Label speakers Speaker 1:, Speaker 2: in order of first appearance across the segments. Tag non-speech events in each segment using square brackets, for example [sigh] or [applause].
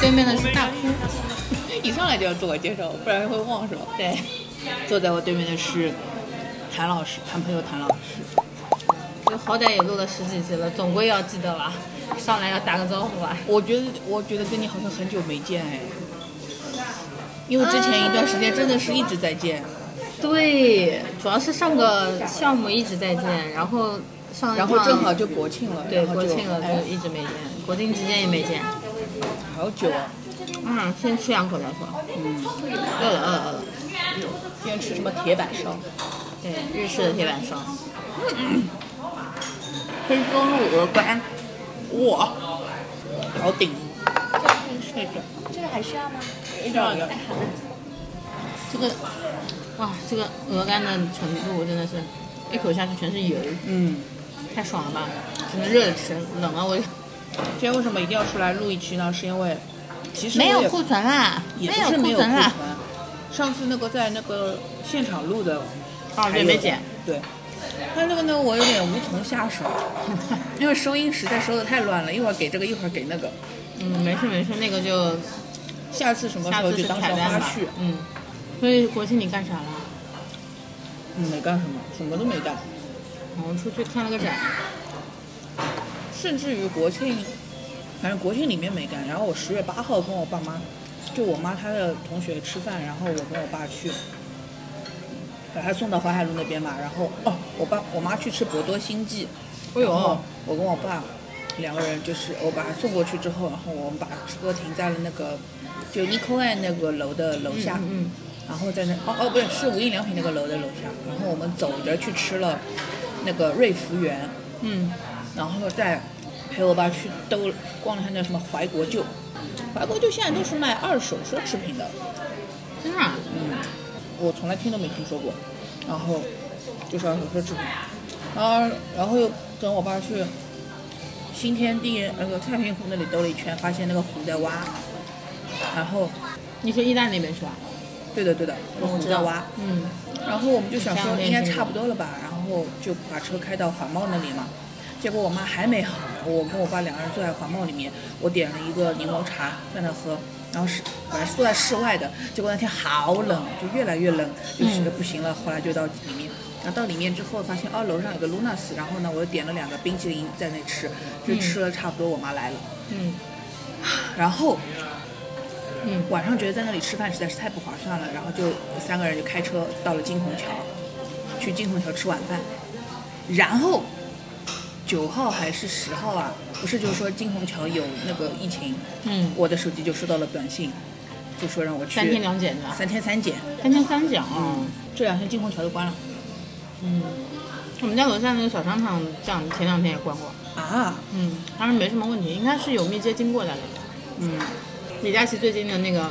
Speaker 1: 对面的是大哭， [laughs] 一上来就要自我介绍，不然会忘是吧？
Speaker 2: 对，
Speaker 1: 坐在我对面的是谭老师，谭朋友谭老师。
Speaker 2: 这好歹也录了十几集了，总归要记得吧？上来要打个招呼吧。
Speaker 1: 我觉得，我觉得跟你好像很久没见哎，因为之前一段时间真的是一直在见，
Speaker 2: 对，主要是上个项目一直在见，然后上一
Speaker 1: 然后
Speaker 2: 趟
Speaker 1: 正好就国庆了，
Speaker 2: 对
Speaker 1: 然后
Speaker 2: 国
Speaker 1: 就
Speaker 2: 庆了
Speaker 1: 哎
Speaker 2: 就，一直没见，国庆期间也没见。
Speaker 1: 好久啊！
Speaker 2: 嗯，先吃两口再说。嗯，饿了饿了饿了。
Speaker 1: 今天吃什么铁板烧？
Speaker 2: 对，日式的铁板烧。
Speaker 1: 黑松露鹅肝，哇，好顶！这个
Speaker 3: 这个还需要吗？
Speaker 1: 这个
Speaker 2: 这个，哇，这个鹅肝的程度真的是，一口下去全是油，
Speaker 1: 嗯，
Speaker 2: 太爽了吧！只能热着吃，冷啊了我
Speaker 1: 今天为什么一定要出来录一期呢？是因为其实我
Speaker 2: 没
Speaker 1: 也
Speaker 2: 有库存啦，
Speaker 1: 也
Speaker 2: 没
Speaker 1: 不是
Speaker 2: 库
Speaker 1: 没有库
Speaker 2: 存啊啦
Speaker 1: 存。，上次那个在那个现场录的
Speaker 2: 哦，
Speaker 1: 还
Speaker 2: 对，
Speaker 1: 有
Speaker 2: 没剪。
Speaker 1: 啊对，但这个呢，我有点无从下手，因为收音实在收的太乱了，一会儿给这个，一会儿给那个。
Speaker 2: [laughs] 嗯，没事没事，那个就
Speaker 1: 下次什么时
Speaker 2: 下
Speaker 1: 候
Speaker 2: 次是
Speaker 1: 就当
Speaker 2: 彩
Speaker 1: 成花
Speaker 2: 蛋吧
Speaker 1: 絮。。
Speaker 2: 嗯，所以国庆你干啥了？
Speaker 1: 嗯没干什么，什么都没干，
Speaker 2: 我出去看了个展。
Speaker 1: 甚至于国庆，反正国庆里面没干。然后我十月八号跟我爸妈，就我妈她的同学吃饭，然后我跟我爸去。把他送到淮海路那边嘛，然后哦，我爸我妈去吃博多星际，
Speaker 2: 哎
Speaker 1: 然后
Speaker 2: 呦，
Speaker 1: 我跟我爸两个人就是我把他送过去之后，然后我们把车停在了那个就 n i c o a 那个楼的楼下，
Speaker 2: 嗯
Speaker 1: 然后在那哦哦不是是无印良品那个楼的楼下，然后我们走着去吃了那个瑞福园，
Speaker 2: 嗯嗯，
Speaker 1: 然后再陪我爸去兜逛了一下那什么怀国舅，怀国舅现在都是卖二手奢侈品的，
Speaker 2: 真的啊？
Speaker 1: 我从来听都没听说过。然后就是二手奢侈品，然后然后又跟我爸去新天地那个太平湖那里兜了一圈，发现那个湖在挖，然后
Speaker 2: 你说意大利那边是吧？
Speaker 1: 对的对的，那个湖在挖，
Speaker 2: 嗯，
Speaker 1: 然后我们就想说应该差不多了吧，然后就把车开到环贸那里嘛。结果我妈还没好，我跟我爸两个人坐在环贸里面，我点了一个柠檬茶在那喝，然后是本来是坐在室外的，结果那天好冷，就越来越冷，就实在不行了，后来就到里面。然后到里面之后，发现哦，楼上有个 Lunas，然后呢，我又点了两个冰淇淋在那吃，就吃了差不多，我妈来了。
Speaker 2: 嗯
Speaker 1: 然后
Speaker 2: 嗯
Speaker 1: 晚上觉得在那里吃饭实在是太不划算了，然后就三个人就开车到了金虹桥，去金虹桥吃晚饭，然后九号还是十号啊？不是，就是说金虹桥有那个疫情，
Speaker 2: 嗯，
Speaker 1: 我的手机就收到了短信，就说让我去
Speaker 2: 三天两检的，
Speaker 1: 三天三检。
Speaker 2: 三天三检啊。
Speaker 1: 这两天金虹桥就关了
Speaker 2: 嗯，我们家楼下那个小商场，这样前两天也关过。
Speaker 1: 啊，
Speaker 2: 嗯，当然没什么问题，应该是有密接经过在里面。
Speaker 1: 嗯，
Speaker 2: 李佳琦最近的那个，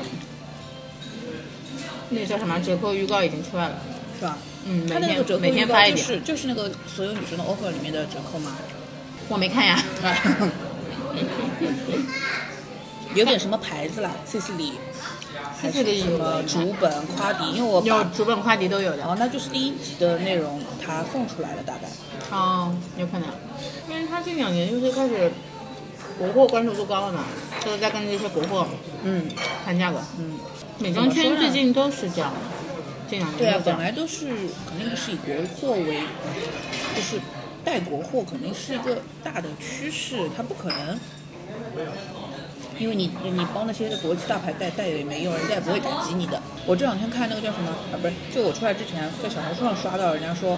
Speaker 2: 那个叫什么折扣预告已经出来了。
Speaker 1: 是吧？
Speaker 2: 嗯，
Speaker 1: 他
Speaker 2: 每
Speaker 1: 那个折扣
Speaker 2: 天每
Speaker 1: 预
Speaker 2: 天
Speaker 1: 告
Speaker 2: 发一
Speaker 1: 就
Speaker 2: 点，
Speaker 1: 是就是那个所有女生的 offer 里面的折扣吗？
Speaker 2: 我没 [laughs] 看呀。啊
Speaker 1: [laughs] 有点什么牌子啦？C 四里，
Speaker 2: C 四里
Speaker 1: 什么竹本、夸迪，因为我
Speaker 2: 有
Speaker 1: 把
Speaker 2: 竹本快迪都有的
Speaker 1: 哦，那就是第一集的内容，它放出来了，大概。
Speaker 2: 哦，有可能，因为他这两年就是开始国货关注度高了嘛，就是在跟这些国货
Speaker 1: 嗯
Speaker 2: 谈价格。
Speaker 1: 嗯，
Speaker 2: 美妆
Speaker 1: 怎
Speaker 2: 圈
Speaker 1: 么说
Speaker 2: 最
Speaker 1: 呢
Speaker 2: 近都是这样的，这两年
Speaker 1: 对啊
Speaker 2: 都，这
Speaker 1: 本
Speaker 2: 样
Speaker 1: 来都是肯定是以国货为，就是带国货肯定是一个大的趋势，它不可能。因为你你帮那些国际大牌带带也没用，人家也不会感激你的。我这两天看那个叫什么啊，不是，就我出来之前在小红书上刷到人家说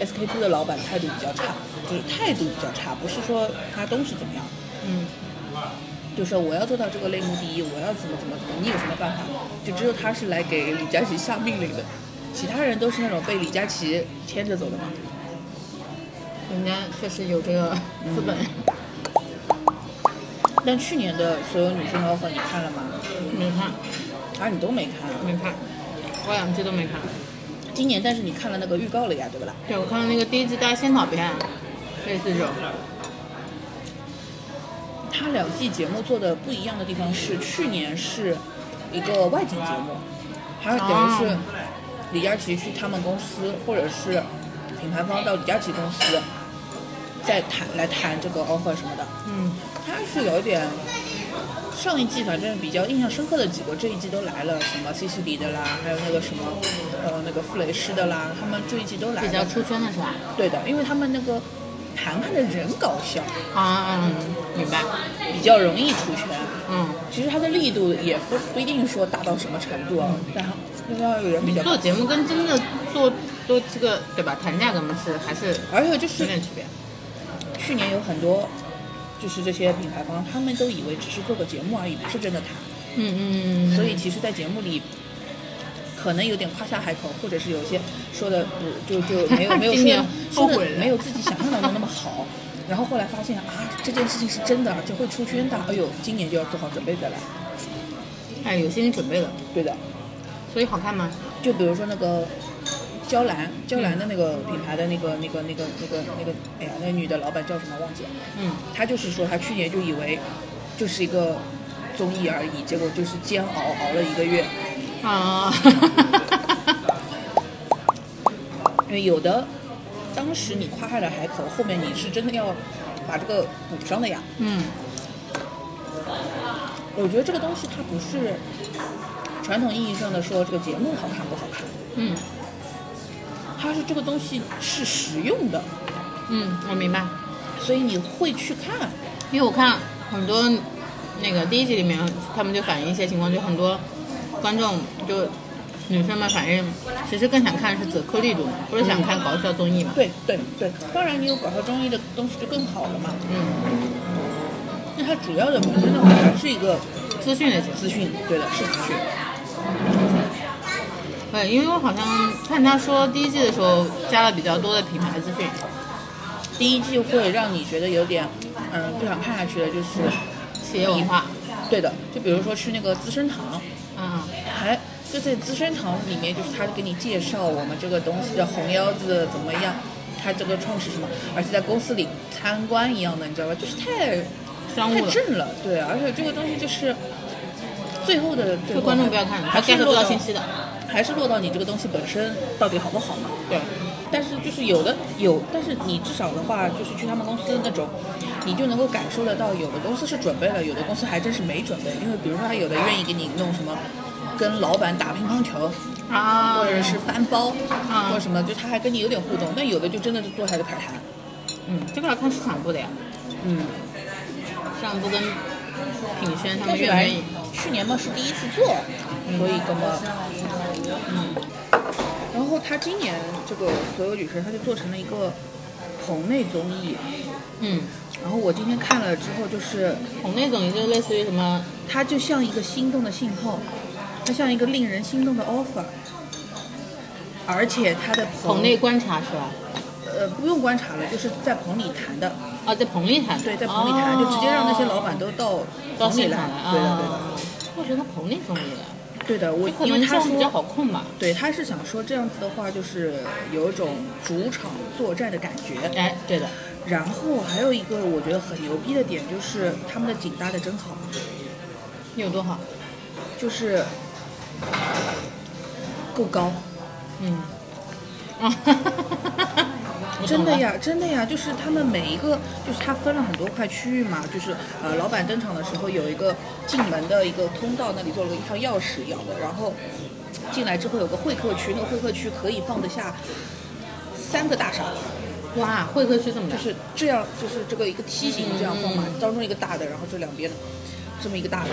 Speaker 1: ，SK two 的老板态度比较差，就是态度比较差，不是说他东西怎么样，
Speaker 2: 嗯，
Speaker 1: 就是我要做到这个类目第一，我要怎么怎么怎么，你有什么办法？就只有他是来给李佳琦下命令的，其他人都是那种被李佳琦牵着走的嘛。
Speaker 2: 人家确实有这个资本，
Speaker 1: 但去年的所有女性 offer 你看了吗？
Speaker 2: 没看
Speaker 1: 啊，你都没看。
Speaker 2: 没看，我两季都没看。
Speaker 1: 今年但是你看了那个预告了呀，对不啦？
Speaker 2: 对，我看了那个第一季带仙草片，类似这种。
Speaker 1: 他两季节目做的不一样的地方是，去年是一个外景节目，还有等于是
Speaker 2: 哦
Speaker 1: 李佳琦去他们公司，或者是品牌方到李佳琦公司，再谈来谈这个 offer 什么的。
Speaker 2: 嗯，
Speaker 1: 他是有点上一季反正比较印象深刻的几个，这一季都来了，什么西西里的啦，还有那个什么，呃，那个傅雷师的啦，他们这一季都来
Speaker 2: 比较
Speaker 1: 了。
Speaker 2: 出圈的是吧？
Speaker 1: 对的，因为他们那个谈判的人搞笑，
Speaker 2: 啊，嗯，明白，
Speaker 1: 比较容易出圈。
Speaker 2: 嗯，
Speaker 1: 其实它的力度也不不一定说大到什么程度啊，但那要有人比较，
Speaker 2: 做节目跟真的做做这个对吧？谈价咱们是还是
Speaker 1: 而且就是
Speaker 2: 有点区别。
Speaker 1: 去年有很多，就是这些品牌方，他们都以为只是做个节目而已，不是真的谈。
Speaker 2: 嗯嗯嗯，
Speaker 1: 所以其实，在节目里，可能有点夸下海口，或者是有些说的不就就
Speaker 2: [laughs]
Speaker 1: 没有没有
Speaker 2: 今年
Speaker 1: 说
Speaker 2: 后
Speaker 1: 说
Speaker 2: 悔
Speaker 1: 的
Speaker 2: 了
Speaker 1: 没有自己想象当中那么好。然后后来发现啊，这件事情是真的，而且会出圈的。哎呦，今年就要做好准备再来。
Speaker 2: 哎，有心理准备了，
Speaker 1: 对的，
Speaker 2: 所以好看吗？
Speaker 1: 就比如说那个娇兰，娇兰的那个品牌的那个那个那个那个那个，哎呀，那个女的老板叫什么忘记了。
Speaker 2: 嗯，
Speaker 1: 她就是说，她去年就以为就是一个综艺而已，结果就是煎熬熬了一个月。
Speaker 2: [laughs] 啊，
Speaker 1: 因为有的当时你夸下了海口，后面你是真的要把这个补上的呀。
Speaker 2: 嗯，
Speaker 1: 我觉得这个东西它不是传统意义上的说这个节目好看不好看，
Speaker 2: 嗯
Speaker 1: 它是这个东西是实用的，
Speaker 2: 嗯，我明白。
Speaker 1: 所以你会去看。
Speaker 2: 因为我看很多那个第一集里面，他们就反映一些情况，就很多观众就女生们反映，其实更想看是走颗粒度嘛，不是想看搞笑综艺嘛。
Speaker 1: 对对对，当然你有搞笑综艺的东西就更好了嘛。
Speaker 2: 嗯，
Speaker 1: 那它主要的本身的话还是一个
Speaker 2: 嗯资讯类节目。
Speaker 1: 资讯，对的，是资讯。
Speaker 2: 对，因为我好像看他说第一季的时候加了比较多的品牌资讯。
Speaker 1: 第一季会让你觉得有点，嗯，不想看下去了，就是，
Speaker 2: 企业文化。
Speaker 1: 对的，就比如说去那个资生堂，
Speaker 2: 嗯，
Speaker 1: 还就在资生堂里面，就是他给你介绍我们这个东西的红腰子怎么样，他这个创始什么，而且在公司里参观一样的，你知道吧？就是太
Speaker 2: 商
Speaker 1: 太
Speaker 2: 务的，
Speaker 1: 正了，对，啊而且这个东西就是最后的最
Speaker 2: 就
Speaker 1: 后
Speaker 2: 观众不要看，他
Speaker 1: 还是
Speaker 2: get 不
Speaker 1: 落
Speaker 2: 到
Speaker 1: 到
Speaker 2: 信息的。
Speaker 1: 还是落到你这个东西本身到底好不好嘛？
Speaker 2: 对，
Speaker 1: 但是就是有的有，但是你至少的话，就是去他们公司那种，你就能够感受得到，有的公司是准备了，有的公司还真是没准备。因为比如说，他有的愿意给你弄什么，跟老板打乒乓球，
Speaker 2: 啊，
Speaker 1: 或者是翻包，
Speaker 2: 啊
Speaker 1: 或者什么，就他还跟你有点互动。但有的就真的是坐下就开始谈，
Speaker 2: 嗯，这个要看市场部的呀，
Speaker 1: 嗯，
Speaker 2: 市场部跟品轩他
Speaker 1: 但
Speaker 2: 们
Speaker 1: 是
Speaker 2: 愿不
Speaker 1: 来
Speaker 2: 愿意？
Speaker 1: 去年嘛是第一次做，所以根本。
Speaker 2: 嗯，
Speaker 1: 然后他今年这个所有女生，他就做成了一个棚内综艺。
Speaker 2: 嗯，
Speaker 1: 然后我今天看了之后，就是
Speaker 2: 红那种也就类似于什么，
Speaker 1: 它就像一个心动的信号，它像一个令人心动的 offer，而且它的棚
Speaker 2: 棚内观察是吧？
Speaker 1: 呃不用观察了，就是在棚里谈的，
Speaker 2: 啊，在棚里谈，
Speaker 1: 对，在棚里谈，就直接让那些老板都到
Speaker 2: 哦到
Speaker 1: 棚里
Speaker 2: 现
Speaker 1: 来，
Speaker 2: 场来，
Speaker 1: 对的对的
Speaker 2: 啊。我觉得棚内综艺了，
Speaker 1: 对的，我
Speaker 2: 可
Speaker 1: 因
Speaker 2: 能
Speaker 1: 为他
Speaker 2: 项目比
Speaker 1: 说。
Speaker 2: 较好控吧。
Speaker 1: 对，他是想说这样子的话，就是有一种主场作战的感觉。
Speaker 2: 哎，对的，
Speaker 1: 然后还有一个我觉得很牛逼的点，就是他们的景搭的真好。
Speaker 2: 你有多好？
Speaker 1: 就是够高，
Speaker 2: 嗯，啊，我懂
Speaker 1: [laughs] 真的
Speaker 2: 了，
Speaker 1: 呀，真的呀，就是他们每一个，就是它分了很多块区域嘛，就是呃，老板登场的时候有一个进门的一个通道，那里做了一条钥匙一样的，然后进来之后有个会客区，那个会客区可以放得下三个大傻子，
Speaker 2: 哇，会客区这么大
Speaker 1: 就，是这样，就是这个一个梯形这样放嘛
Speaker 2: 嗯，
Speaker 1: 当中一个大的，然后这两边这么一个大的，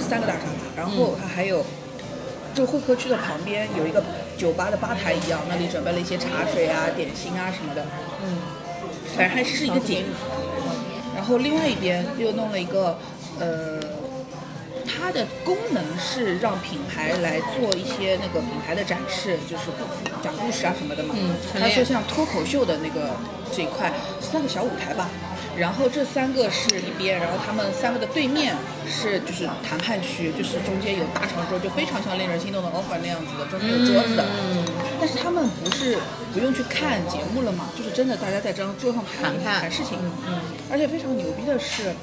Speaker 1: 三个大沙发，然后
Speaker 2: 嗯
Speaker 1: 它还有。这个会客区的旁边有一个酒吧的吧台一样，那里准备了一些茶水啊、点心啊什么的，
Speaker 2: 嗯，
Speaker 1: 反正还是一个景。然后另外一边又弄了一个，呃，它的功能是让品牌来做一些那个品牌的展示，就是讲故事啊什么的嘛。
Speaker 2: 嗯
Speaker 1: 他说像脱口秀的那个这一块三个小舞台吧，然后这三个是一边，然后他们三个的对面是就是谈判区，就是中间有大长桌，就非常像令人心动的 offer 那样子的，中间有桌子的。
Speaker 2: 嗯，
Speaker 1: 但是他们不是不用去看节目了嘛，就是真的大家在这张桌上谈
Speaker 2: 谈判
Speaker 1: 谈事情，
Speaker 2: 嗯
Speaker 1: 而且非常牛逼的是，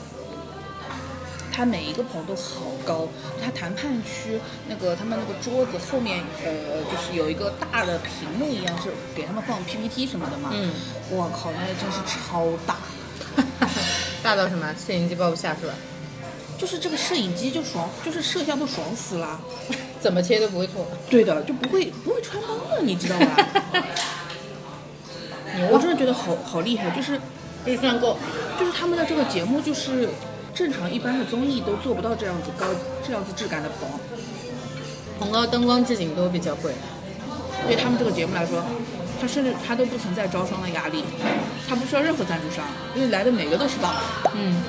Speaker 1: 他每一个棚都好高，他谈判区那个他们那个桌子后面呃就是有一个大的屏幕一样是给他们放 PPT 什么的嘛，
Speaker 2: 嗯，
Speaker 1: 我靠，那个真是超大， [laughs]
Speaker 2: 大到什么？摄影机包不下是吧？
Speaker 1: 就是这个摄影机就爽，就是摄像都爽死了。
Speaker 2: 怎么切都不会错。
Speaker 1: 对的，就不会不会穿帮的，你知道吧？ [laughs] 嗯我真的觉得好好厉害，就是
Speaker 2: 预算够，
Speaker 1: 就是他们的这个节目，就是正常一般的综艺都做不到这样子高这样子质感的棚。
Speaker 2: 广告、灯光、置景都比较贵。
Speaker 1: 对他们这个节目来说，他甚至他都不存在招商的压力，他不需要任何赞助商，因为来的每个都是帮。
Speaker 2: 嗯，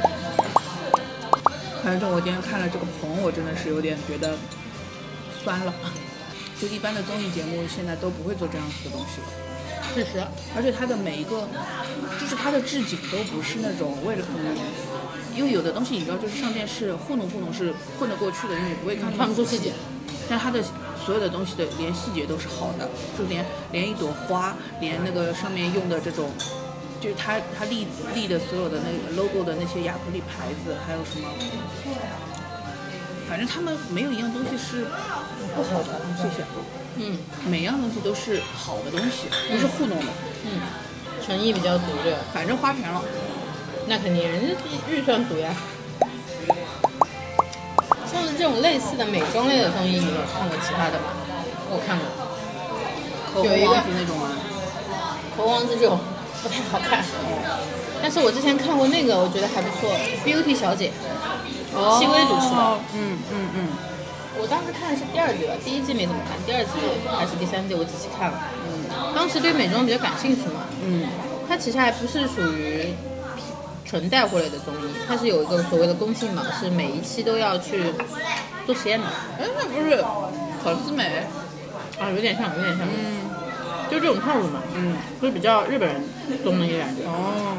Speaker 1: 反正我今天看了这个棚，我真的是有点觉得酸了。 [laughs] 就一般的综艺节目现在都不会做这样子的东西了。
Speaker 2: 事实。
Speaker 1: 而且它的每一个，就是它的置景都不是那种为了嗯，因为有的东西你知道，就是上电视糊弄糊弄是混得过去的，因为你不会看
Speaker 2: 看不出细节。
Speaker 1: 但它的所有的东西的连细节都是好的，就连连一朵花，连那个上面用的这种，就是它它立立的所有的那个 logo 的那些亚克力牌子，还有什么，反正他们没有一样东西是不好的。谢谢。
Speaker 2: 嗯
Speaker 1: 每样东西都是好的东西，不是糊弄的。
Speaker 2: 嗯，诚意比较足这个，
Speaker 1: 反正花钱了，
Speaker 2: 那肯定人家预算足呀。像这种类似的美妆类的综艺，你有看过其他的吗？我看过。
Speaker 1: 口
Speaker 2: 有一
Speaker 1: 红啊王
Speaker 2: 个
Speaker 1: 子那种吗？
Speaker 2: 猴王子这种不太好看，但是我之前看过那个，我觉得还不错，《Beauty 小姐》，戚薇主持的。
Speaker 1: 嗯嗯嗯，
Speaker 2: 我当时看的是第二季吧，第一季没怎么看，第二季还是第三季我仔细看了。嗯，当时对美妆比较感兴趣嘛，
Speaker 1: 嗯，
Speaker 2: 它其实还不是属于纯带货类的综艺，它是有一个所谓的公信榜，是每一期都要去做实验的。
Speaker 1: 哎，那不是考斯美？
Speaker 2: 啊，有点像，有点像，嗯，就这种套路嘛，嗯，就是比较日本人综艺感觉。
Speaker 1: 哦，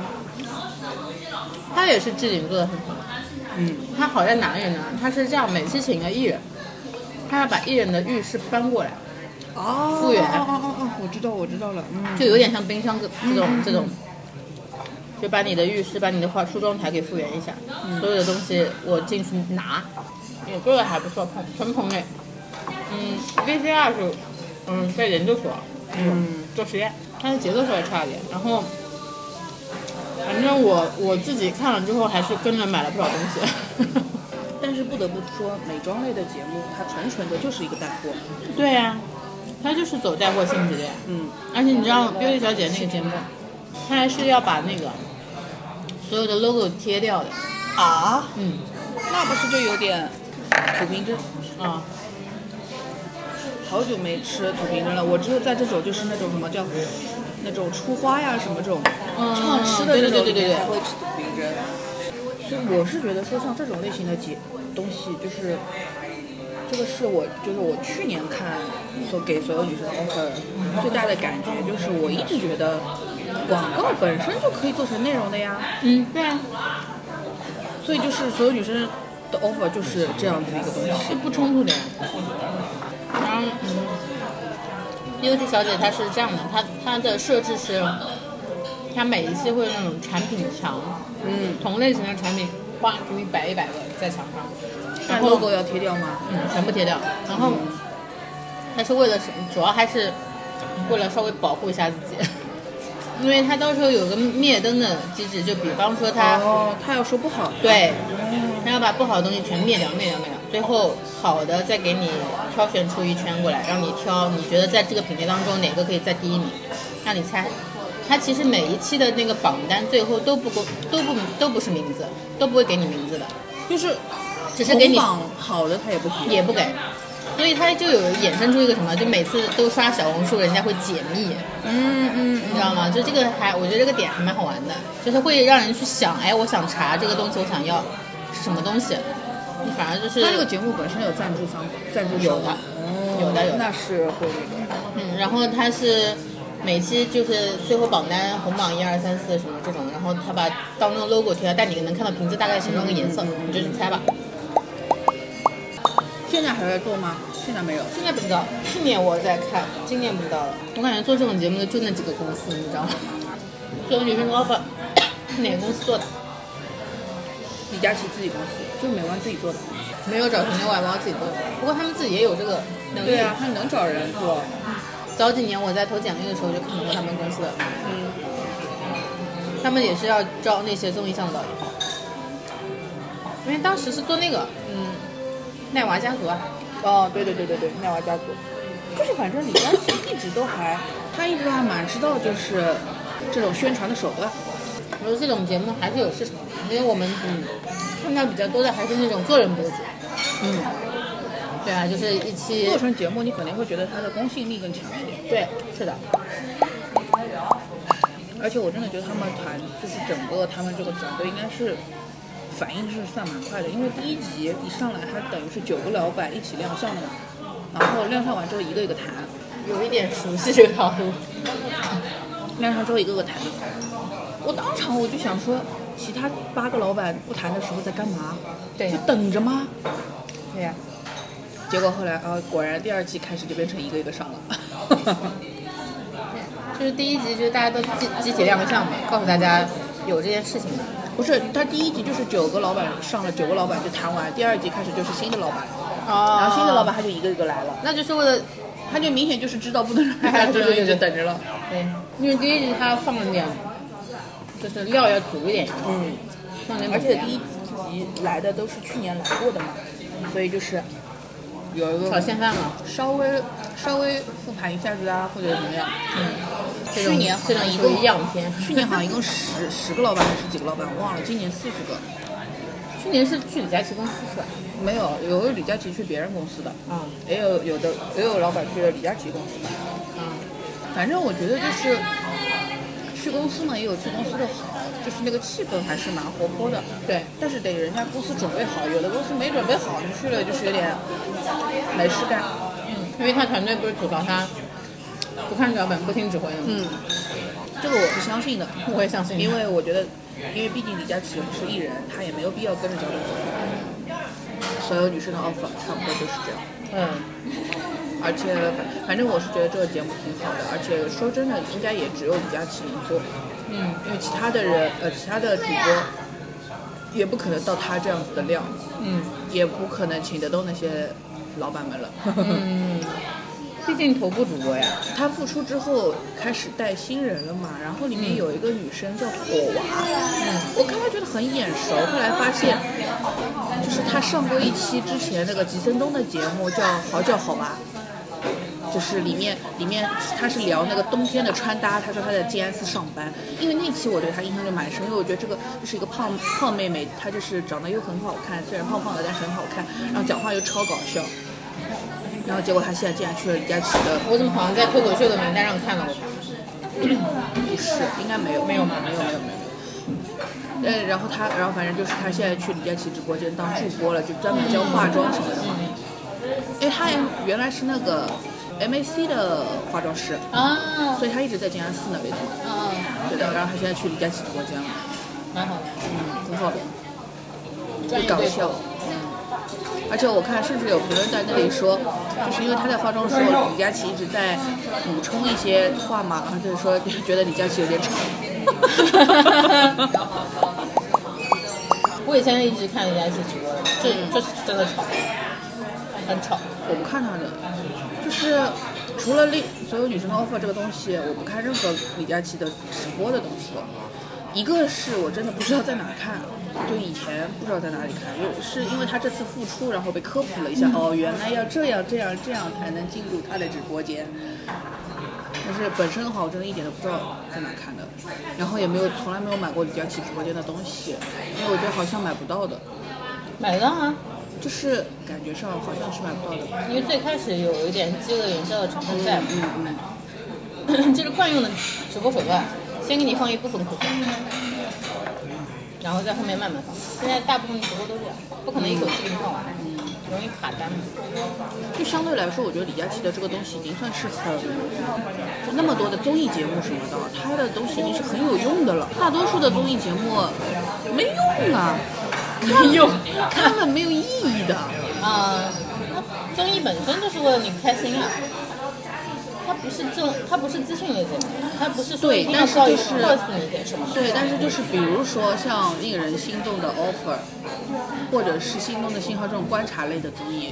Speaker 2: 它也是置顶做的很好。
Speaker 1: 嗯，
Speaker 2: 它好在哪里呢？它是这样，每次请一个艺人，他要把艺人的浴室搬过来，
Speaker 1: 哦，
Speaker 2: 复原
Speaker 1: 哦哦哦哦，我知道我知道了，嗯，
Speaker 2: 就有点像冰箱这这种这种，就把你的浴室、把你的化梳妆台给复原一下，所有的东西我进去拿。有这个还不错，棚纯棚内。嗯，VCR 是嗯在研究所，
Speaker 1: 嗯
Speaker 2: 做实验，但是节奏稍微差一点。然后，反正我我自己看了之后，还是跟着买了不少东西。 [laughs]
Speaker 1: 但是不得不说，美妆类的节目它纯纯的就是一个带货，
Speaker 2: 对呀、他就是走带货性质的呀。
Speaker 1: 嗯，
Speaker 2: 而且你知道《beauty 小姐》那个节目，他还是要把那个所有的 logo 贴掉的。
Speaker 1: 啊，
Speaker 2: 嗯，
Speaker 1: 那不是就有点土冰针？
Speaker 2: 啊，
Speaker 1: 好久没吃土冰针了，我只有在这种就是那种什么叫那种出花呀什么这种
Speaker 2: 嗯
Speaker 1: 畅吃的
Speaker 2: 对
Speaker 1: 这
Speaker 2: 对
Speaker 1: 种里
Speaker 2: 对对对
Speaker 1: 面才会吃土冰针。所以我是觉得说像这种类型的节东西，就是这个是我就是我去年看所给所有女生的 offer 最大的感觉就是我一直觉得广告本身就可以做成内容的呀。
Speaker 2: 嗯，对啊，
Speaker 1: 所以就是所有女生的 offer 就是这样子一个东西。
Speaker 2: 是不冲突的呀。然后，嗯，《beauty 小姐》她是这样的，她她的设置是，她每一期会有那种产品墙，
Speaker 1: 嗯，
Speaker 2: 同类型的产品，哗，给你摆一百个在墙上，然
Speaker 1: 但
Speaker 2: 后
Speaker 1: logo 要贴掉吗？
Speaker 2: 嗯，全部贴掉。然后，
Speaker 1: 嗯
Speaker 2: 但是为了什主要还是为了稍微保护一下自己，因为他到时候有个灭灯的机制，就比方说他、
Speaker 1: 哦，他要说不好。
Speaker 2: 对，他要把不好的东西全灭掉，灭掉，灭掉，最后好的再给你挑选出一圈过来，让你挑，你觉得在这个品类当中哪个可以在第一名，让你猜。他其实每一期的那个榜单最后都不公，都不都不是名字，都不会给你名字的，
Speaker 1: 就是
Speaker 2: 只是给你
Speaker 1: 同榜好的他也不提，
Speaker 2: 也不给，所以它就有衍生出一个什么，就每次都刷小红书，人家会解密，
Speaker 1: 嗯嗯
Speaker 2: 你知道吗？就这个还，我觉得这个点还蛮好玩的，就是会让人去想，哎，我想查这个东西，我想要是什么东西，你反而就是
Speaker 1: 他这个节目本身有赞助商，赞助商
Speaker 2: 有的
Speaker 1: 吗哦
Speaker 2: 有的有的
Speaker 1: 那是会那个。
Speaker 2: 嗯，然后它是每期就是最后榜单红榜一二三四什么这种，然后他把当中的 logo 贴了，但你能看到瓶子大概形状跟颜色，你就去猜吧。
Speaker 1: 现在还在做吗？现在没有。
Speaker 2: 现在不知道，去年我在看，今年不知道了。我感觉做这种节目的就那几个公司，你知道 [coughs] 吗？这种女生 offer 哪个公司做的？
Speaker 1: 李佳琦自己公司，就是美湾自己做的。
Speaker 2: 没有找陈六外包自己做的，不过他们自己也有这个能力。
Speaker 1: 对啊，他能找人做。
Speaker 2: 早几年我在投简历的时候就看到过他们公司的，嗯他们也是要招那些综艺向导。因为当时是做那个
Speaker 1: 嗯，
Speaker 2: 奈娃家族啊，
Speaker 1: 哦，对对对对对，奈娃家族，就是反正李佳琦一直都还，他一直都还蛮知道就是这种宣传的手段。
Speaker 2: 我说这种节目还是有市场的，因为我们嗯看到比较多的还是那种个人博主，
Speaker 1: 嗯，
Speaker 2: 对啊，就是一期
Speaker 1: 做成节目，你肯定会觉得它的公信力更强一点。
Speaker 2: 对，是的，
Speaker 1: 而且我真的觉得他们团就是整个他们这个团队应该是反应是算蛮快的，因为第一集一上来它等于是九个老板一起亮相的嘛，然后亮相完之后一个一个谈，
Speaker 2: 有一点熟悉这个套路，
Speaker 1: 亮相之后一个个谈。我当场我就想说，其他八个老板不谈的时候在干嘛？
Speaker 2: 对啊
Speaker 1: 就
Speaker 2: 呀、
Speaker 1: 等着吗？
Speaker 2: 对呀、
Speaker 1: 结果后来啊，果然第二季开始就变成一个一个
Speaker 2: [laughs]
Speaker 1: 上了。
Speaker 2: 就是第一集就是大家都集集体亮相嘛，告诉大家有这件事情嘛，
Speaker 1: 不是，他第一集就是九个老板上了，九个老板就谈完，第二集开始就是新的老板，
Speaker 2: 哦
Speaker 1: 然后新的老板他就一个一个来了，
Speaker 2: 那就是为了
Speaker 1: 他就明显就是知道不能让 [laughs] 他这样一直等着了。
Speaker 2: 对，因为第一集他放了点，就是料要足一点，
Speaker 1: 嗯，
Speaker 2: 放点
Speaker 1: 而且第
Speaker 2: 一
Speaker 1: 一集来的都是去年来过的嘛，所以就是有一
Speaker 2: 炒
Speaker 1: 个
Speaker 2: 现饭嘛，
Speaker 1: 稍微稍微复盘一下子啊，或者怎么样。
Speaker 2: 这种
Speaker 1: 去年好
Speaker 2: 这种
Speaker 1: 像一
Speaker 2: 属于
Speaker 1: 共。
Speaker 2: 样片，
Speaker 1: 去年好像一共十十个老板还是几个老板，我忘了。今年四十个，
Speaker 2: 去年是去李佳琦公司是吧？
Speaker 1: 没有，有的李佳琦去别人公司的，
Speaker 2: 啊
Speaker 1: 也有有的也有老板去了李佳琦公司的。
Speaker 2: 啊，
Speaker 1: 反正我觉得就是去公司呢也有去公司的好，就是那个气氛还是蛮活泼的。
Speaker 2: 对，
Speaker 1: 但是得人家公司准备好，有的公司没准备好，你去了就是有点没事干。
Speaker 2: 嗯，因为他团队不是吐槽他不看脚本不听指挥的嘛，
Speaker 1: 嗯，这个我是相信的， [laughs]
Speaker 2: 我也相信，
Speaker 1: 因为我觉得，因为毕竟李佳琦不是艺人，他也没有必要跟着脚本走。所有女生的 offer 差不多就是这样。
Speaker 2: 嗯，
Speaker 1: 而且反反正我是觉得这个节目挺好的，而且说真的，应该也只有李佳琦能做。
Speaker 2: 嗯
Speaker 1: 因为其他的人，呃，其他的主播也不可能到他这样子的量，
Speaker 2: 嗯
Speaker 1: 也不可能请得动那些老板们了。 [laughs]
Speaker 2: 嗯，毕竟头部主播呀，
Speaker 1: 他复出之后开始带新人了嘛，然后里面有一个女生叫火娃，嗯我看她觉得很眼熟，后来发现就是她上过一期之前那个吉森东的节目叫《嚎叫好吧》。就是里面里面她是聊那个冬天的穿搭，她说她在静安寺上班，因为那期我对她印象就蛮深，因为我觉得这个就是一个胖胖妹妹，她就是长得又很好看，虽然胖胖的但是很好看，然后讲话又超搞笑，然后结果她现在竟然去了李佳琦的
Speaker 2: 我怎么好像在脱口秀的名单上看到过他？
Speaker 1: 不是，应该没有，
Speaker 2: 没有吗
Speaker 1: 没有，没有，没有。呃，然后他，然后反正就是他现在去李佳琦直播间当助播了，就专门教化妆什么的嘛。因为他原来是那个 MAC 的化妆师，
Speaker 2: 啊，
Speaker 1: 所以他一直在静安寺那边嘛。
Speaker 2: 嗯，
Speaker 1: 对的，然后他现在去李佳琦直播间了，
Speaker 2: 蛮好的，
Speaker 1: 嗯，很好的，
Speaker 2: 专业
Speaker 1: 搞
Speaker 2: 对
Speaker 1: 笑嗯
Speaker 2: 口。。
Speaker 1: 而且我看，甚至有评论在那里说，就是因为他在化妆的时候，李佳琦一直在补充一些话嘛，而且说觉得李佳琦有点 [laughs] 吵。
Speaker 2: 我以前一直看人家一起直播的，这
Speaker 1: 嗯
Speaker 2: 这是真的吵，很吵。
Speaker 1: 我不看他的，就是除了另所有女生的 offer 这个东西，我不看任何李佳琦的直播的东西了。一个是我真的不知道在哪看，就以前不知道在哪里看，有是因为他这次复出，然后被科普了一下，哦，原来要这样这样这样才能进入他的直播间。但是本身的话，我真的一点都不知道在哪看的，然后也没有从来没有买过李佳琦直播间的东西，因为我觉得好像买不到的，
Speaker 2: 买到啊，
Speaker 1: 就是感觉上好像是买不到的。
Speaker 2: 因为最开始有一点饥饿营销的成分在嘛， [clears throat]
Speaker 1: 嗯嗯。嗯
Speaker 2: 这是惯用的直播手段，先给你放一部分库存，然后在后面慢慢放。现在大部分直播都这样，不可能一口气给你放完，容易卡单。
Speaker 1: 就相对来说，我觉得李佳琦的这个东西已经算是很，就那么多的综艺节目什么的，他的东西已经是很有用的了。大多数的综艺节目没用啊，
Speaker 2: 没用
Speaker 1: 看了没有意义的。
Speaker 2: 啊、那综艺本身就是为了你开心啊。它不是正，它不是资讯类节目，它不是说
Speaker 1: 对
Speaker 2: 一定
Speaker 1: 但
Speaker 2: 要
Speaker 1: 是
Speaker 2: 告
Speaker 1: 就
Speaker 2: 诉
Speaker 1: 是
Speaker 2: 告诉你点什么。
Speaker 1: 对，但是就是比如说像令人心动的 offer，或者是心动的信号这种观察类的综艺，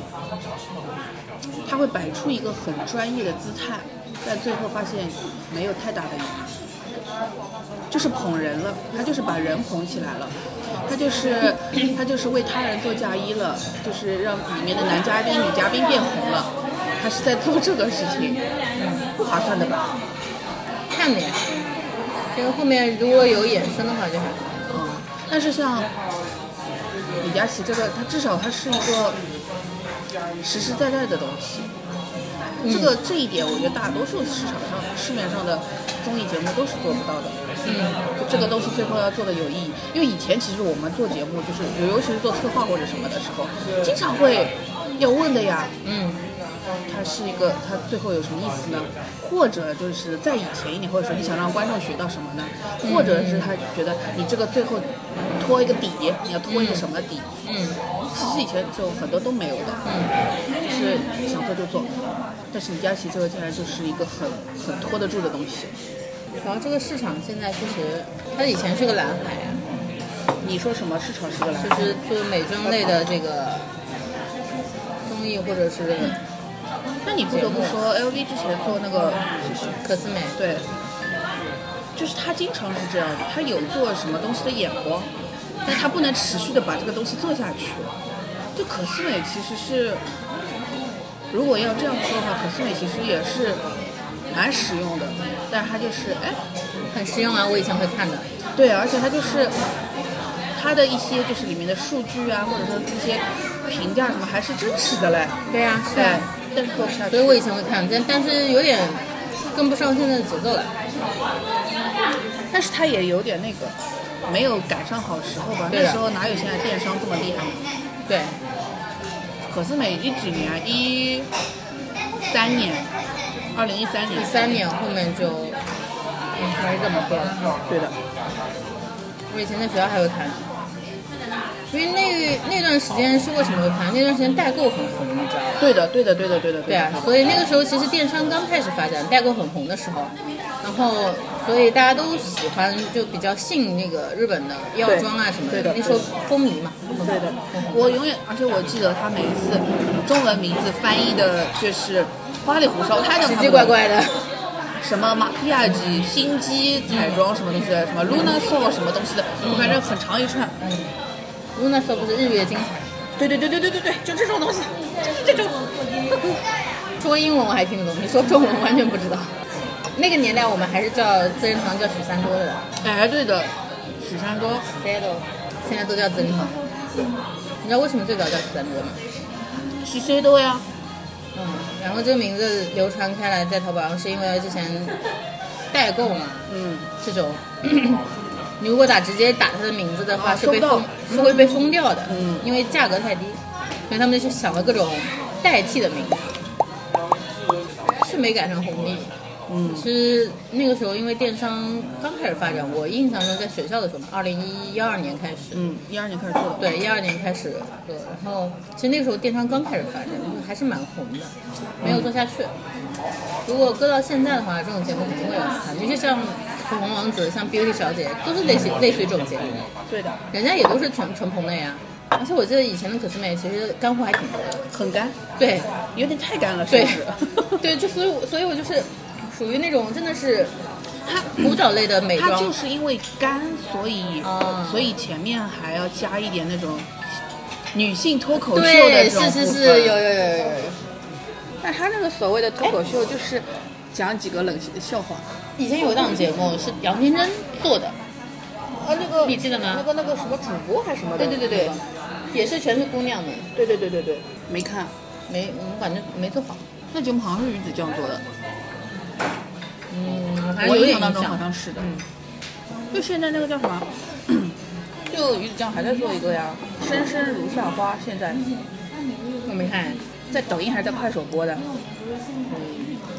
Speaker 1: 他会摆出一个很专业的姿态，但最后发现没有太大的意义。就是捧人了，他就是把人捧起来了，他就是他就是为他人做嫁衣了，就是让里面的男嘉宾、女嘉宾变红了，他是在做这个事情，不划算的吧？
Speaker 2: 看的呀。这个后面如果有衍生的话就还好。
Speaker 1: 嗯，但是像李佳琦这个，他至少他是一个实实在在的东西。这个这一点，我觉得大多数市场上、市面上的综艺节目都是做不到的。
Speaker 2: 嗯，
Speaker 1: 就这个东西最后要做的有意义，因为以前其实我们做节目，就是尤其是做策划或者什么的时候，经常会要问的呀。
Speaker 2: 嗯，
Speaker 1: 它是一个，它最后有什么意思呢？或者就是在以前一点，或者说你想让观众学到什么呢？或者是他觉得你这个最后拖一个底，你要拖一个什么底？
Speaker 2: 嗯，
Speaker 1: 其实以前就很多都没有的，就是想做就做。但是李佳琦这个竟然就是一个很很拖得住的东西。
Speaker 2: 主要这个市场现在确实，它以前是个蓝海啊，
Speaker 1: 你说什么市场是个蓝海？
Speaker 2: 就是做美妆类的这个综艺或者是
Speaker 1: 那你不得不说，LV 之前做那个，
Speaker 2: 可思美，
Speaker 1: 对，就是他经常是这样的，他有做什么东西的眼光，但他不能持续的把这个东西做下去。就可思美其实是，如果要这样说的话，可思美其实也是蛮实用的，但是他就是哎，
Speaker 2: 很实用啊，我以前会看的。
Speaker 1: 对，啊而且它就是它的一些就是里面的数据啊，或者说一些评价什么还是真实的嘞，
Speaker 2: 对呀、啊，
Speaker 1: 对，但是做不下去。
Speaker 2: 所以我以前会看，但但是有点跟不上现在的节奏了。
Speaker 1: 但是他也有点那个，没有赶上好时候吧？
Speaker 2: 对
Speaker 1: 那
Speaker 2: 的
Speaker 1: 时候哪有现在电商这么厉害呢？
Speaker 2: 对，
Speaker 1: 可思美一几年啊？一三年，二零一三年
Speaker 2: 第。三年后面就嗯还是这么做了。
Speaker 1: 对的，
Speaker 2: 我以前在学校还会看，因为那那段时间说为什么会看？那段时间代购很红，你知道吧？
Speaker 1: 对的，对的，对的，对的，
Speaker 2: 对啊，所以那个时候其实电商刚开始发展，代购很红的时候，然后所以大家都喜欢，就比较信那个日本的药妆啊什么
Speaker 1: 对的
Speaker 2: 那时候风靡嘛。
Speaker 1: 对的，我永远，而且我记得他每一次中文名字翻译的就是花里胡哨，他的
Speaker 2: 奇奇怪怪的，
Speaker 1: 什么马皮亚吉、心机彩妆什么东西的，什么 Luna Soul 什么东西的，我反正很长一串。
Speaker 2: 露娜说不是日月精彩，
Speaker 1: 对对对对对对对，就这种东西，就是这种。
Speaker 2: 说英文我还听得懂，你说中文完全不知道。那个年代我们还是叫资生堂叫许三多的
Speaker 1: 哎，对的，许三多，
Speaker 2: s a d o 现在都叫资生堂。你知道为什么最早叫许三多吗？
Speaker 1: 许谁多呀？
Speaker 2: 嗯，然后这个名字流传开来在淘宝上是因为之前代购嘛，
Speaker 1: 嗯，
Speaker 2: 这种， [clears throat] 你如果打直接打他的名字的话，
Speaker 1: 啊
Speaker 2: 是
Speaker 1: 搜不
Speaker 2: 被
Speaker 1: 到
Speaker 2: 封是会被封掉的，
Speaker 1: 嗯
Speaker 2: 因为价格太低，所以他们就想了各种代替的名字，是没赶上红利。
Speaker 1: 嗯，
Speaker 2: 是那个时候，因为电商刚开始发展，我印象中在学校的时候嘛，二零一二年开始，
Speaker 1: 嗯，一二年开始做的。
Speaker 2: 对，一二年开始做，然后其实那个时候电商刚开始发展，还是蛮红的，没有做下去。如果搁到现在的话，这种节目肯定会有人看，尤其像口红王子、像 Beauty 小姐，都是类似类似于这种节目，
Speaker 1: 对的，
Speaker 2: 人家也都是纯纯捧的呀。而且我记得以前的可思美其实干货还挺多的，
Speaker 1: 很干，
Speaker 2: 对
Speaker 1: 有点太干了，是
Speaker 2: 对
Speaker 1: 不是？ [laughs]
Speaker 2: 对，就所以我所以我就是属于那种真的是古早类的美
Speaker 1: 它
Speaker 2: 妆，
Speaker 1: 就是因为干，所以、
Speaker 2: 啊
Speaker 1: 所以前面还要加一点那种女性脱口秀的
Speaker 2: 对，
Speaker 1: 这种
Speaker 2: 是是
Speaker 1: 部
Speaker 2: 是，
Speaker 1: 分
Speaker 2: 有有有有有有。
Speaker 1: 但他那个所谓的脱口秀，就是讲几个冷笑话。
Speaker 2: 以前有一档节目是杨天真做的，
Speaker 1: 啊，那个
Speaker 2: 你记得吗
Speaker 1: 那个那个什么主播还是什么的？
Speaker 2: 对对对对，也是全是姑娘们，
Speaker 1: 对对对对对，没看。
Speaker 2: 没，我感觉没做好。
Speaker 1: 那节目好像是鱼子酱做的，
Speaker 2: 嗯，
Speaker 1: 我
Speaker 2: 有
Speaker 1: 印
Speaker 2: 点
Speaker 1: 象当
Speaker 2: 印
Speaker 1: 中好
Speaker 2: 象。
Speaker 1: 像是的。
Speaker 2: 嗯
Speaker 1: 就现在那个叫什么？就鱼子酱还在做一个呀，《深深如夏花》，现在
Speaker 2: 我没看，
Speaker 1: 在抖音还是在快手播的。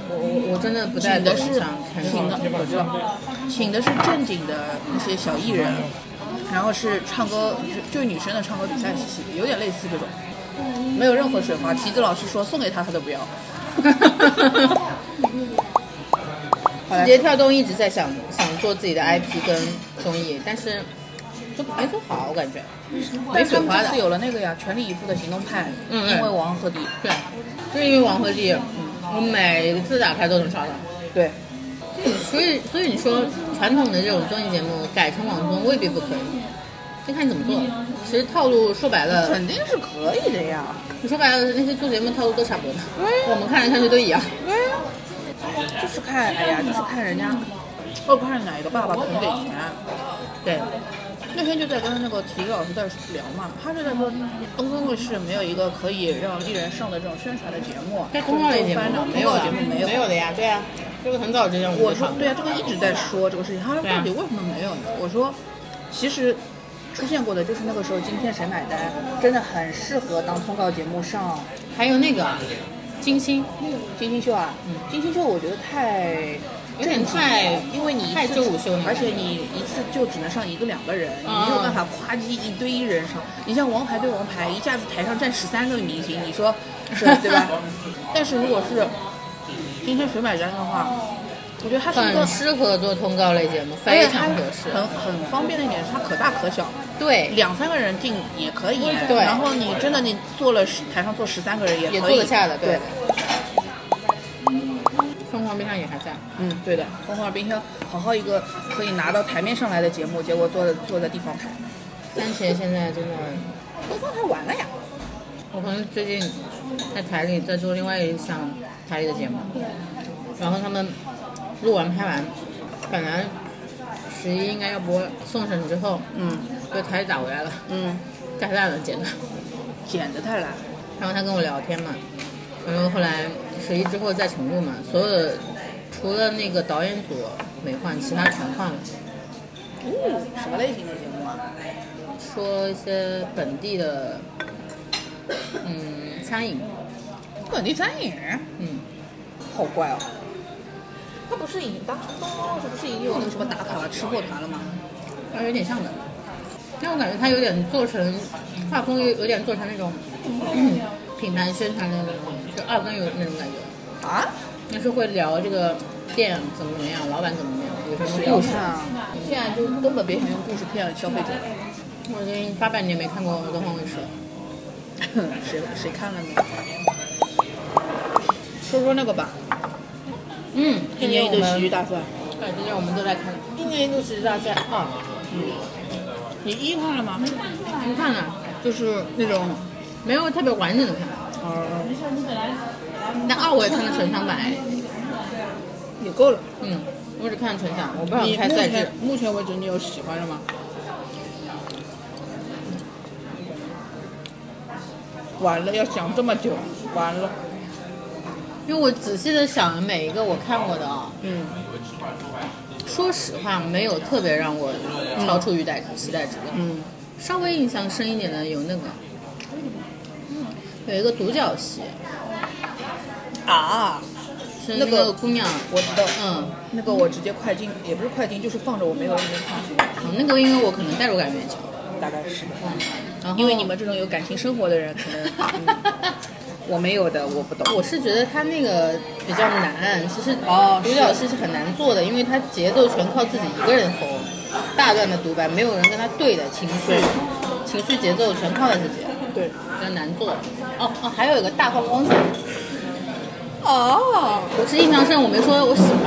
Speaker 2: 我我我真的不在
Speaker 1: 请的
Speaker 2: 抖
Speaker 1: 是
Speaker 2: 音上看
Speaker 1: 请的，我知道，请的是正经的那些小艺人，然后是唱歌，就就女生的唱歌比赛，有点类似这种，没有任何水花。提子老师说送给他，他都不要。
Speaker 2: [laughs]
Speaker 1: 后
Speaker 2: 字
Speaker 1: 来
Speaker 2: 节跳动一直在想想做自己的 IP 跟综艺，但是就没做好，我感觉。
Speaker 1: 但嗯是他们这次有了那个呀，全力以赴的行动派，
Speaker 2: 嗯
Speaker 1: 因为王鹤棣，
Speaker 2: 嗯 [laughs] 对，就是因为王鹤棣，我每一次打开都能刷到。
Speaker 1: 对，
Speaker 2: 所以所以你说传统的这种综艺节目改成网综未必不可以，就看你怎么做。其实套路说白了，
Speaker 3: 肯定是可以的呀。
Speaker 2: 你说白了那些做节目套路都差不多的，
Speaker 1: 嗯
Speaker 3: 对
Speaker 2: 我们看来看去都一样。
Speaker 3: 对呀，
Speaker 1: 就是看，哎呀，就是看人家，我看哪个爸爸肯给钱。
Speaker 2: 对，
Speaker 1: 那天就在跟那个体育老师在聊嘛，他就在说东方卫视没有一个可以让艺人上的这种宣传的节目，
Speaker 2: 在公告类节目
Speaker 1: 就
Speaker 2: 没
Speaker 1: 是
Speaker 2: 有
Speaker 1: 公告
Speaker 2: 的
Speaker 1: 节目没有。啊
Speaker 2: 没有的呀，对呀、这个很早之前我们
Speaker 1: 我
Speaker 2: 就
Speaker 1: 说
Speaker 2: 讨论
Speaker 1: 对啊，这个一直在说这个事情，他说
Speaker 2: 对啊
Speaker 1: 到底为什么没有呢？我说，其实出现过的就是那个时候，今天谁买单，真的很适合当通告节目上
Speaker 2: 还有那个金星，
Speaker 1: 金星秀啊。金星秀我觉得太
Speaker 2: 嗯有点太
Speaker 1: 因为你一
Speaker 2: 太
Speaker 1: 次
Speaker 2: 周武秀那个
Speaker 1: 而且你一次就只能上一个两个人，你
Speaker 2: 啊
Speaker 1: 没有办法夸叽一堆一人上。你像王牌对王牌，一下子台上站十三个明星，你
Speaker 2: [laughs]
Speaker 1: 说是对吧？但是如果是今天谁买单的话，我觉得它是一个
Speaker 2: 很，适合做通告类节目，
Speaker 1: 而
Speaker 2: 非
Speaker 1: 且它
Speaker 2: 常合适。
Speaker 1: 很很方便的一点是它可大可小，
Speaker 2: 对，
Speaker 1: 两三个人进也可以。
Speaker 2: 对
Speaker 1: 然后你真的你坐了十台上坐十三个人也可以
Speaker 2: 也做得下的，
Speaker 1: 对
Speaker 2: 对。。疯狂冰箱也还在，
Speaker 1: 嗯，对的，《疯狂冰箱》好好一个可以拿到台面上来的节目，结果做的做的地方台，
Speaker 2: 番茄现在真的，
Speaker 1: 都放台完了呀。
Speaker 2: 我朋友最近在台里在做另外一项台里的节目，然后他们录完拍完，本来十一应该要播送审之后，
Speaker 1: 嗯
Speaker 2: 被台里打回来了，
Speaker 1: 嗯，
Speaker 2: 太烂了，简直。
Speaker 1: 剪的太烂。
Speaker 2: 然后他跟我聊天嘛，然后后来十一之后再重录嘛，所有的除了那个导演组没换，其他全换了。
Speaker 1: 哦，什么类型的节目啊？
Speaker 2: 说一些本地的，嗯，餐饮，
Speaker 1: 本地餐饮，
Speaker 2: 嗯，
Speaker 1: 好怪哦。他不是已经当初东方不是已经有那个什么打卡吃货团了吗？
Speaker 2: 啊，有点像的。但我感觉它有点做成画风有有点做成那种 [clears throat] 嗯品牌宣传的那种，就二更有那种感觉。
Speaker 1: 啊？
Speaker 2: 但是会聊这个店怎么怎么样，老板怎么怎么样，有什么故事。
Speaker 1: 啊现在就根本别想用故事骗消费者。 [laughs]
Speaker 2: 我已经八百年没看过《东方卫视》了。
Speaker 1: 谁谁看了呢？说说那个吧，
Speaker 2: 嗯，
Speaker 1: 一年一度喜剧大赛。
Speaker 2: 对，哎今天我们都在看《一年一度喜剧大赛二
Speaker 1: 你一看了吗？》，
Speaker 2: 你看了，就是
Speaker 1: 那种，
Speaker 2: 没有特别完整的看，
Speaker 1: 呃，
Speaker 2: 但二我也看了纯享版，哎
Speaker 1: 也够了。
Speaker 2: 嗯，我只看了纯享，我不想
Speaker 1: 你
Speaker 2: 看
Speaker 1: 目
Speaker 2: 赛制
Speaker 1: 前。目前为止你有喜欢的吗？完了，要想这么久，完了。
Speaker 2: 因为我仔细的想了每一个我看过的啊、
Speaker 1: 嗯，
Speaker 2: 说实话没有特别让我超出预待期待值的，
Speaker 1: 嗯，
Speaker 2: 稍微印象深一点的有那个，有一个独角戏，
Speaker 1: 啊，
Speaker 2: 是
Speaker 1: 那
Speaker 2: 那
Speaker 1: 个
Speaker 2: 个姑娘，
Speaker 1: 我知道，
Speaker 2: 嗯，
Speaker 1: 那个我直接快进，也不是快进，就是放着我没有认真看，
Speaker 2: 好那个因为我可能代入感有点强，
Speaker 1: 大概是吧。
Speaker 2: 嗯，然后
Speaker 1: 因为你们这种有感情生活的人，可能、
Speaker 2: [laughs]
Speaker 1: 嗯我没有的，我不懂。
Speaker 2: 我是觉得他那个比较难，其实
Speaker 1: 哦
Speaker 2: 独
Speaker 1: 是
Speaker 2: 角戏是很难做的，因为他节奏全靠自己一个人吼，大段的独白，没有人跟他对的情绪
Speaker 1: 对，
Speaker 2: 情绪节奏全靠他自己，
Speaker 1: 对，
Speaker 2: 比较难做。哦哦，还有一个大放光彩，
Speaker 1: 哦，
Speaker 2: 我是印象深，我没说我喜欢，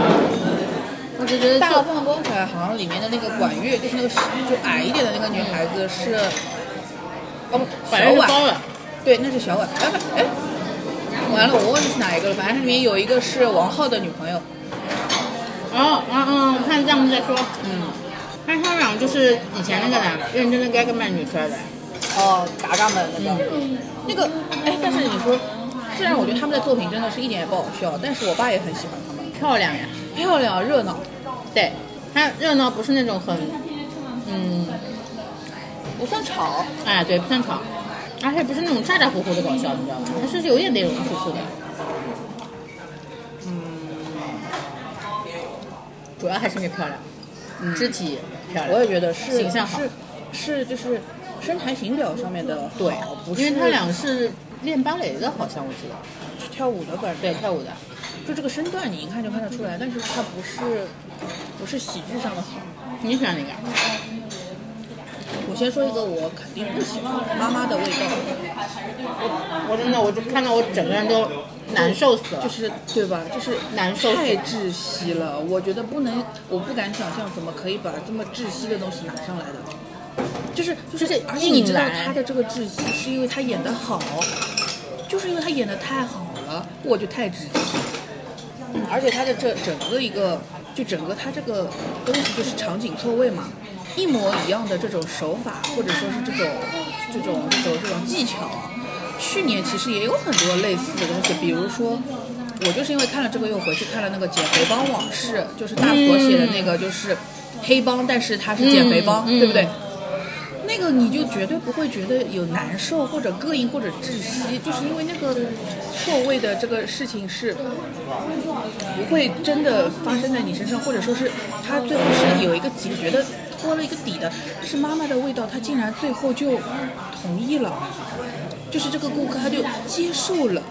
Speaker 2: 我只觉得
Speaker 1: 大
Speaker 2: 做
Speaker 1: 放光彩好像里面的那个管乐，就是那个就矮一点的那个女孩子是，哦，不
Speaker 2: 反正是
Speaker 1: 小婉
Speaker 2: 高了，
Speaker 1: 对，那是小婉。哎哎，完了，我忘记是哪一个了。反正里面有一个是王浩的女朋友，
Speaker 2: 哦嗯嗯，我看弹幕再说。
Speaker 1: 嗯，
Speaker 2: 但是他们俩就是以前那个男认真的该跟曼女出来的，
Speaker 1: 哦，嘎嘎们那个，那个，哎，但是你说，虽然我觉得他们的作品真的是一点也不好笑，但是我爸也很喜欢他们，
Speaker 2: 漂亮呀。
Speaker 1: 漂亮热闹，
Speaker 2: 对，它热闹不是那种很，嗯，
Speaker 1: 不算吵，
Speaker 2: 哎，对，不算吵，而且不是那种咋咋呼呼的搞笑，你知道吗？它是有点那种酷酷的。嗯，主要还是那漂亮，肢体漂亮。
Speaker 1: 我也觉得是
Speaker 2: 形象好
Speaker 1: 是是就是身材形表上面的
Speaker 2: 对
Speaker 1: 好，不，是
Speaker 2: 因为他俩是练芭蕾的，好像我记得，
Speaker 1: 是跳舞的本
Speaker 2: 对，跳舞的。
Speaker 1: 就这个身段你一看就看得出来，但是他不是不是喜剧上的好。
Speaker 2: 你喜欢哪个？
Speaker 1: 我先说一个我肯定不喜欢的，妈妈的味道。
Speaker 2: 我真的，我就看到我整个人都难受死了，
Speaker 1: 就是对吧？就是
Speaker 2: 难受死
Speaker 1: 太
Speaker 2: 了
Speaker 1: 窒息了。我觉得不能，我不敢想象怎么可以把这么窒息的东西拿上来的。就是就
Speaker 2: 就是
Speaker 1: 是，而且你知道
Speaker 2: 硬来
Speaker 1: 他的这个窒息是因为他演的好，就是因为他演的太好了，我就太窒息。嗯而且他的这整个一个，就整个他这个东西就是场景错位嘛，一模一样的这种手法，或者说是这种这种这种这种技巧啊。去年其实也有很多类似的东西，比如说，我就是因为看了这个又回去看了那个《减肥帮往事》，就是大佛写的那个，就是黑帮，但是他是减肥帮，
Speaker 2: 嗯嗯
Speaker 1: 对不对？那个你就绝对不会觉得有难受或者膈应或者窒息，就是因为那个错位的这个事情是不会真的发生在你身上，或者说是它最后是有一个解决的拖了一个底的。但是妈妈的味道，她竟然最后就同意了，就是这个顾客他就接受了。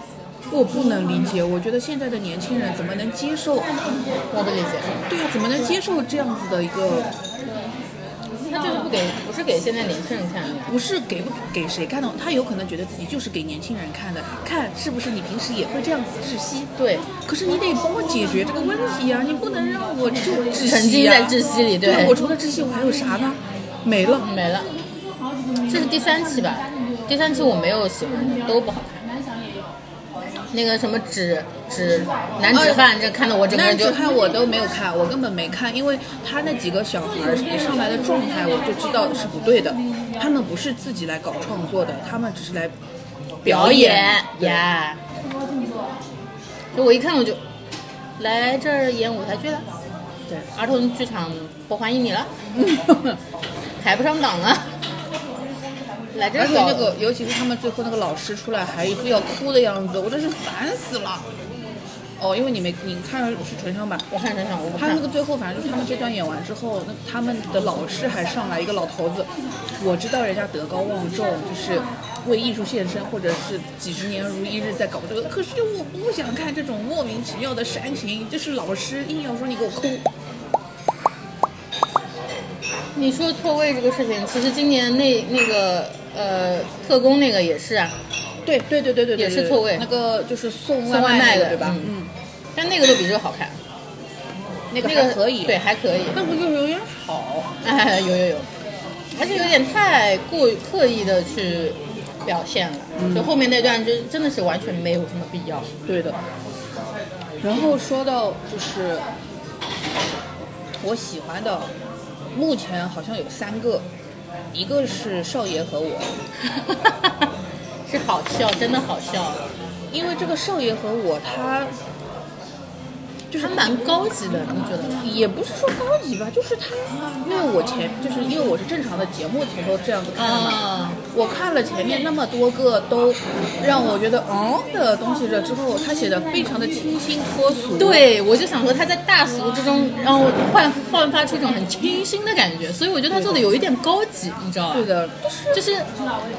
Speaker 1: 我不能理解，我觉得现在的年轻人怎么能接受？
Speaker 2: 我不理解。
Speaker 1: 对啊，怎么能接受这样子的一个
Speaker 2: 那就是不给，不是给现在年轻人看的呀。
Speaker 1: 不是给不给谁看的，他有可能觉得自己就是给年轻人看的，看是不是你平时也会这样子窒息？
Speaker 2: 对，
Speaker 1: 可是你得帮我解决这个问题啊，你不能让我就窒息、啊、
Speaker 2: 沉浸在窒息里，
Speaker 1: 对
Speaker 2: 对
Speaker 1: 我除了窒息，我还有啥呢？没了。
Speaker 2: 没了。这是第三期吧？第三期我没有喜欢的，都不好看。那个什么纸纸男子汉，这看的我整个
Speaker 1: 那
Speaker 2: 人
Speaker 1: 你
Speaker 2: 就
Speaker 1: 只看我都没有看，我根本没看，因为他那几个小孩儿一上来的状态，我就知道是不对的。他们不是自己来搞创作的，他们只是来表演。
Speaker 2: 呀。就我一看我就来这儿演舞台剧了，
Speaker 1: 对，
Speaker 2: 儿童剧场不欢迎你了，
Speaker 1: [laughs]
Speaker 2: 抬不上档了，来这
Speaker 1: 而
Speaker 2: 儿
Speaker 1: 且
Speaker 2: 搞
Speaker 1: 那个，尤其是他们最后那个老师出来还一副要哭的样子，我真是烦死了。哦，因为你没你看的是纯享版，
Speaker 2: 我看真想我不
Speaker 1: 他
Speaker 2: 看
Speaker 1: 那个最后反正就是他们这段演完之后，那他们的老师还上来一个老头子，我知道人家德高望重，就是为艺术献身，或者是几十年如一日在搞这个，可是我不想看这种莫名其妙的煽情，就是老师硬要说你给我哭，
Speaker 2: 你说错位这个事情，其实今年那那个呃特工那个也是啊，
Speaker 1: 对对对对对，对
Speaker 2: 也是错位
Speaker 1: 那个就是送
Speaker 2: 送外
Speaker 1: 卖
Speaker 2: 卖
Speaker 1: 那个
Speaker 2: 的
Speaker 1: 对吧？
Speaker 2: 嗯
Speaker 1: 嗯，
Speaker 2: 但那个都比这个好看，
Speaker 1: 那个
Speaker 2: 那个
Speaker 1: 还可以，
Speaker 2: 对，，还可以，
Speaker 1: 那个就是有点好。
Speaker 2: 哎，有有有，而且有点太过于刻意的去表现了，
Speaker 1: 嗯
Speaker 2: 就后面那段就真的是完全没有什么必要。 [laughs]
Speaker 1: 对的。然后说到就是我喜欢的，目前好像有三个，一个是少爷和我，
Speaker 2: 是好笑，真的好笑，
Speaker 1: 因为这个少爷和我他
Speaker 2: 就是蛮高级的，你觉得吗？
Speaker 1: 也不是说高级吧，就是他，因为我前就是因为我是正常的节目从头这样子看的嘛，
Speaker 2: 啊，
Speaker 1: 我看了前面那么多个都让我觉得嗯的东西了之后，他写的非常的清新脱俗，
Speaker 2: 对，我就想说他在大俗之中，然后焕焕发出一种很清新的感觉，所以我觉得他做的有一点高级，你知道吧？
Speaker 1: 对的，就是
Speaker 2: 就是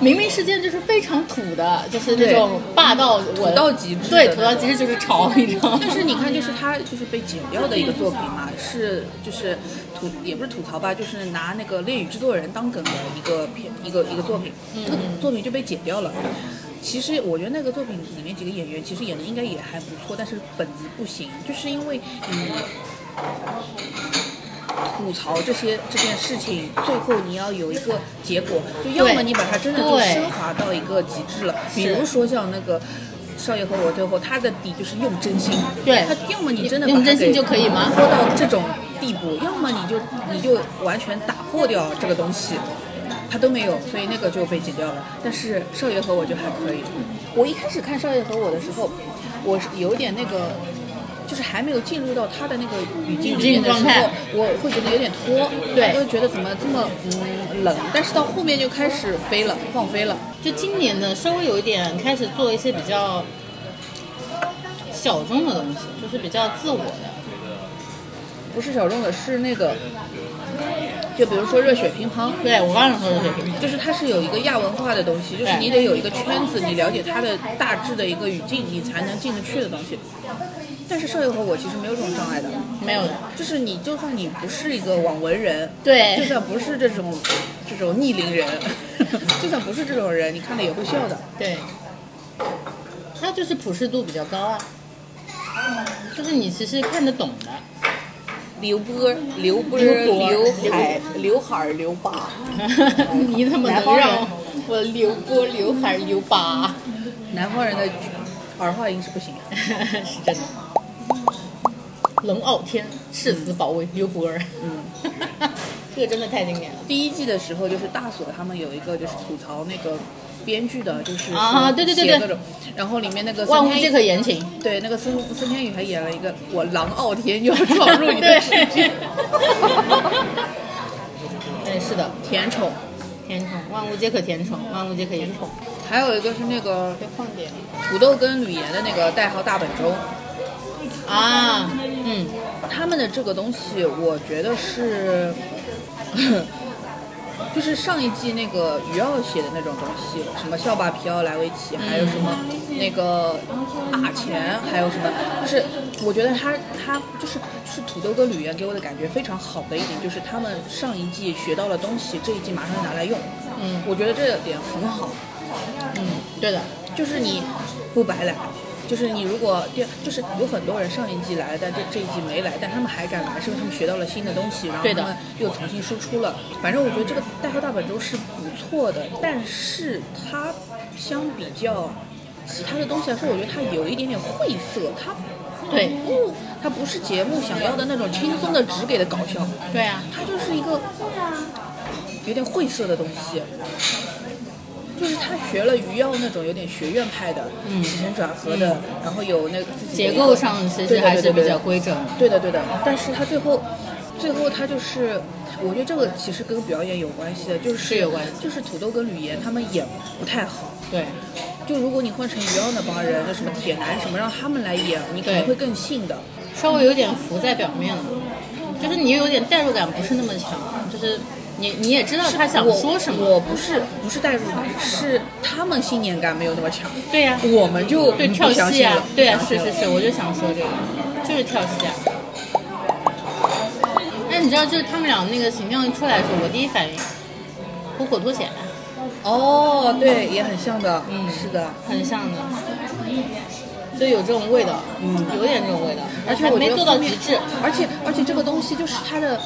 Speaker 2: 明明是件就是非常土的，就是那种霸道文，土
Speaker 1: 到极致的
Speaker 2: 对，
Speaker 1: 那
Speaker 2: 土到极致就是潮，你知道吗？
Speaker 1: [laughs] 但是你看，就是他就是被剪掉的一个作品嘛，是就是吐也不是吐槽吧，就是拿那个《恋与制作人》当梗的一个片一个一个作品，这个作品就被剪掉了。其实我觉得那个作品里面几个演员其实演的应该也还不错，但是本子不行，就是因为你吐槽这些这件事情，最后你要有一个结果，就要么
Speaker 2: 对
Speaker 1: 你把它真的就
Speaker 2: 对
Speaker 1: 升华到一个极致了，比如说像那个。少爷和我最后，他的底就是用真心，
Speaker 2: 对
Speaker 1: 他要么你真的
Speaker 2: 用
Speaker 1: 把它
Speaker 2: 真心
Speaker 1: 给
Speaker 2: 就可以吗
Speaker 1: 拖到这种地步，要么你就你就完全打破掉这个东西，他都没有，所以那个就被剪掉了。但是少爷和我就还可以，我一开始看少爷和我的时候，我是有点那个。就是还没有进入到他的那个语境里面的时
Speaker 2: 语境状态
Speaker 1: 候，我会觉得有点拖，
Speaker 2: 对
Speaker 1: 我会觉得怎么这么嗯冷，但是到后面就开始飞了，放飞了，
Speaker 2: 就今年呢，稍微有一点开始做一些比较小众的东西，就是比较自我的。
Speaker 1: 不是小众的，是那个，就比如说热血乒乓，
Speaker 2: 对我忘了说是这个，
Speaker 1: 就是它是有一个亚文化的东西，就是你得有一个圈子，你了解它的大致的一个语境，你才能进得去的东西。但是舍友和我其实没有这种障碍的，
Speaker 2: 没有的。
Speaker 1: 就是你就算你不是一个网文人，就
Speaker 2: 对
Speaker 1: 算不是这种这种 [laughs] 逆龄人，就算不是这种人，你看了也会笑的。
Speaker 2: 对。他它就是普适度比较高啊，就是你其实看得懂
Speaker 1: [laughs]
Speaker 2: 的。
Speaker 3: 刘波、刘波、
Speaker 2: 刘波
Speaker 3: 刘海、刘海儿、刘疤，
Speaker 2: 你怎么
Speaker 3: 南
Speaker 2: 能
Speaker 3: 方人
Speaker 2: 让我留波刘海儿留疤？
Speaker 1: 南方人的儿化音是不行的。
Speaker 2: [laughs] 是真的。龙傲天，誓死保卫刘伯儿。嗯， [laughs] 这个真的太经典了。
Speaker 1: 第一季的时候，就是大锁他们有一个就是吐槽那个编剧的，就是
Speaker 2: 啊
Speaker 1: 说
Speaker 2: 对对对
Speaker 1: 写
Speaker 2: 对
Speaker 1: 各种，然后里面那个
Speaker 2: 万
Speaker 1: 孙
Speaker 2: 物
Speaker 1: 天
Speaker 2: 皆可
Speaker 1: [laughs]
Speaker 2: 言情，
Speaker 1: 对那个孙孙天宇还演了一个我狼傲天又要闯入你的
Speaker 2: 对
Speaker 1: 世
Speaker 2: [laughs]
Speaker 1: 界， [laughs]
Speaker 2: 对，哎是的，
Speaker 1: 甜宠。
Speaker 2: 甜宠，万物皆可甜宠，万物皆可言宠。
Speaker 1: 还有一个是那个
Speaker 2: 别晃点
Speaker 1: 土豆跟吕岩的那个代号大本钟，
Speaker 2: 啊，嗯，
Speaker 1: 他们的这个东西，我觉得是， [laughs] 就是上一季那个于耀写的那种东西，什么校霸皮奥莱维奇，还有什么那个阿钱，还有什么，就是我觉得他他就是是土豆跟吕岩给我的感觉非常好的一点，就是他们上一季学到了东西，这一季马上拿来用，
Speaker 2: 嗯，
Speaker 1: 我觉得这点很好。
Speaker 2: 对的，
Speaker 1: 就是你不白来，就是你如果第就是有很多人上一季来了，但这这一季没来，但他们还敢来，是因为他们学到了新的东西，然后
Speaker 2: 对的
Speaker 1: 他们又重新输出了。反正我觉得这个《代号大本钟》是不错的，但是它相比较其他的东西来说，我觉得它有一点点晦涩，它
Speaker 2: 对，
Speaker 1: 不，它不是节目想要的那种轻松的直给的搞笑，
Speaker 2: 对啊，
Speaker 1: 它就是一个有点晦涩的东西，就是他学了余耀那种有点学院派的，
Speaker 2: 嗯
Speaker 1: 起承转合的，然后有那个自己的
Speaker 2: 结
Speaker 1: 一个
Speaker 2: 构上其实还是比较规整。
Speaker 1: 对的对的，但是他最后最后他就是，我觉得这个其实跟表演有关系的，就是
Speaker 2: 有关系
Speaker 1: 就是土豆跟吕岩他们演不太好。
Speaker 2: 对，
Speaker 1: 就如果你换成余耀那帮人，就什么铁男什么，让他们来演，你可能
Speaker 2: 对
Speaker 1: 会更信的。
Speaker 2: 稍微有点浮在表面了，就是你有点代入感不是那么强，就是你你也知道他想
Speaker 1: 我
Speaker 2: 说什么。
Speaker 1: 我不是不是代入感，是他们信念感没有那么强。
Speaker 2: 对呀、
Speaker 1: 我们就
Speaker 2: 对
Speaker 1: 不
Speaker 2: 跳
Speaker 1: 相
Speaker 2: 戏
Speaker 1: 信
Speaker 2: 啊
Speaker 1: 了，
Speaker 2: 对啊，
Speaker 1: 不
Speaker 2: 是
Speaker 1: 相信
Speaker 2: 是
Speaker 1: 了
Speaker 2: 是，我就想说这个，就是跳戏啊。哎，你知道，就是他们俩那个形象一出来的时候，我第一反应，虎口脱险，啊
Speaker 1: 哦，对，也很像的，
Speaker 2: 嗯
Speaker 1: 是的。
Speaker 2: 很像的，所以有这种味道，嗯，有点这种味道，
Speaker 1: 而且
Speaker 2: 还
Speaker 1: 我
Speaker 2: 没
Speaker 1: 觉得
Speaker 2: 做到
Speaker 1: 后面
Speaker 2: 极致。
Speaker 1: 而且而且这个东西就是它的，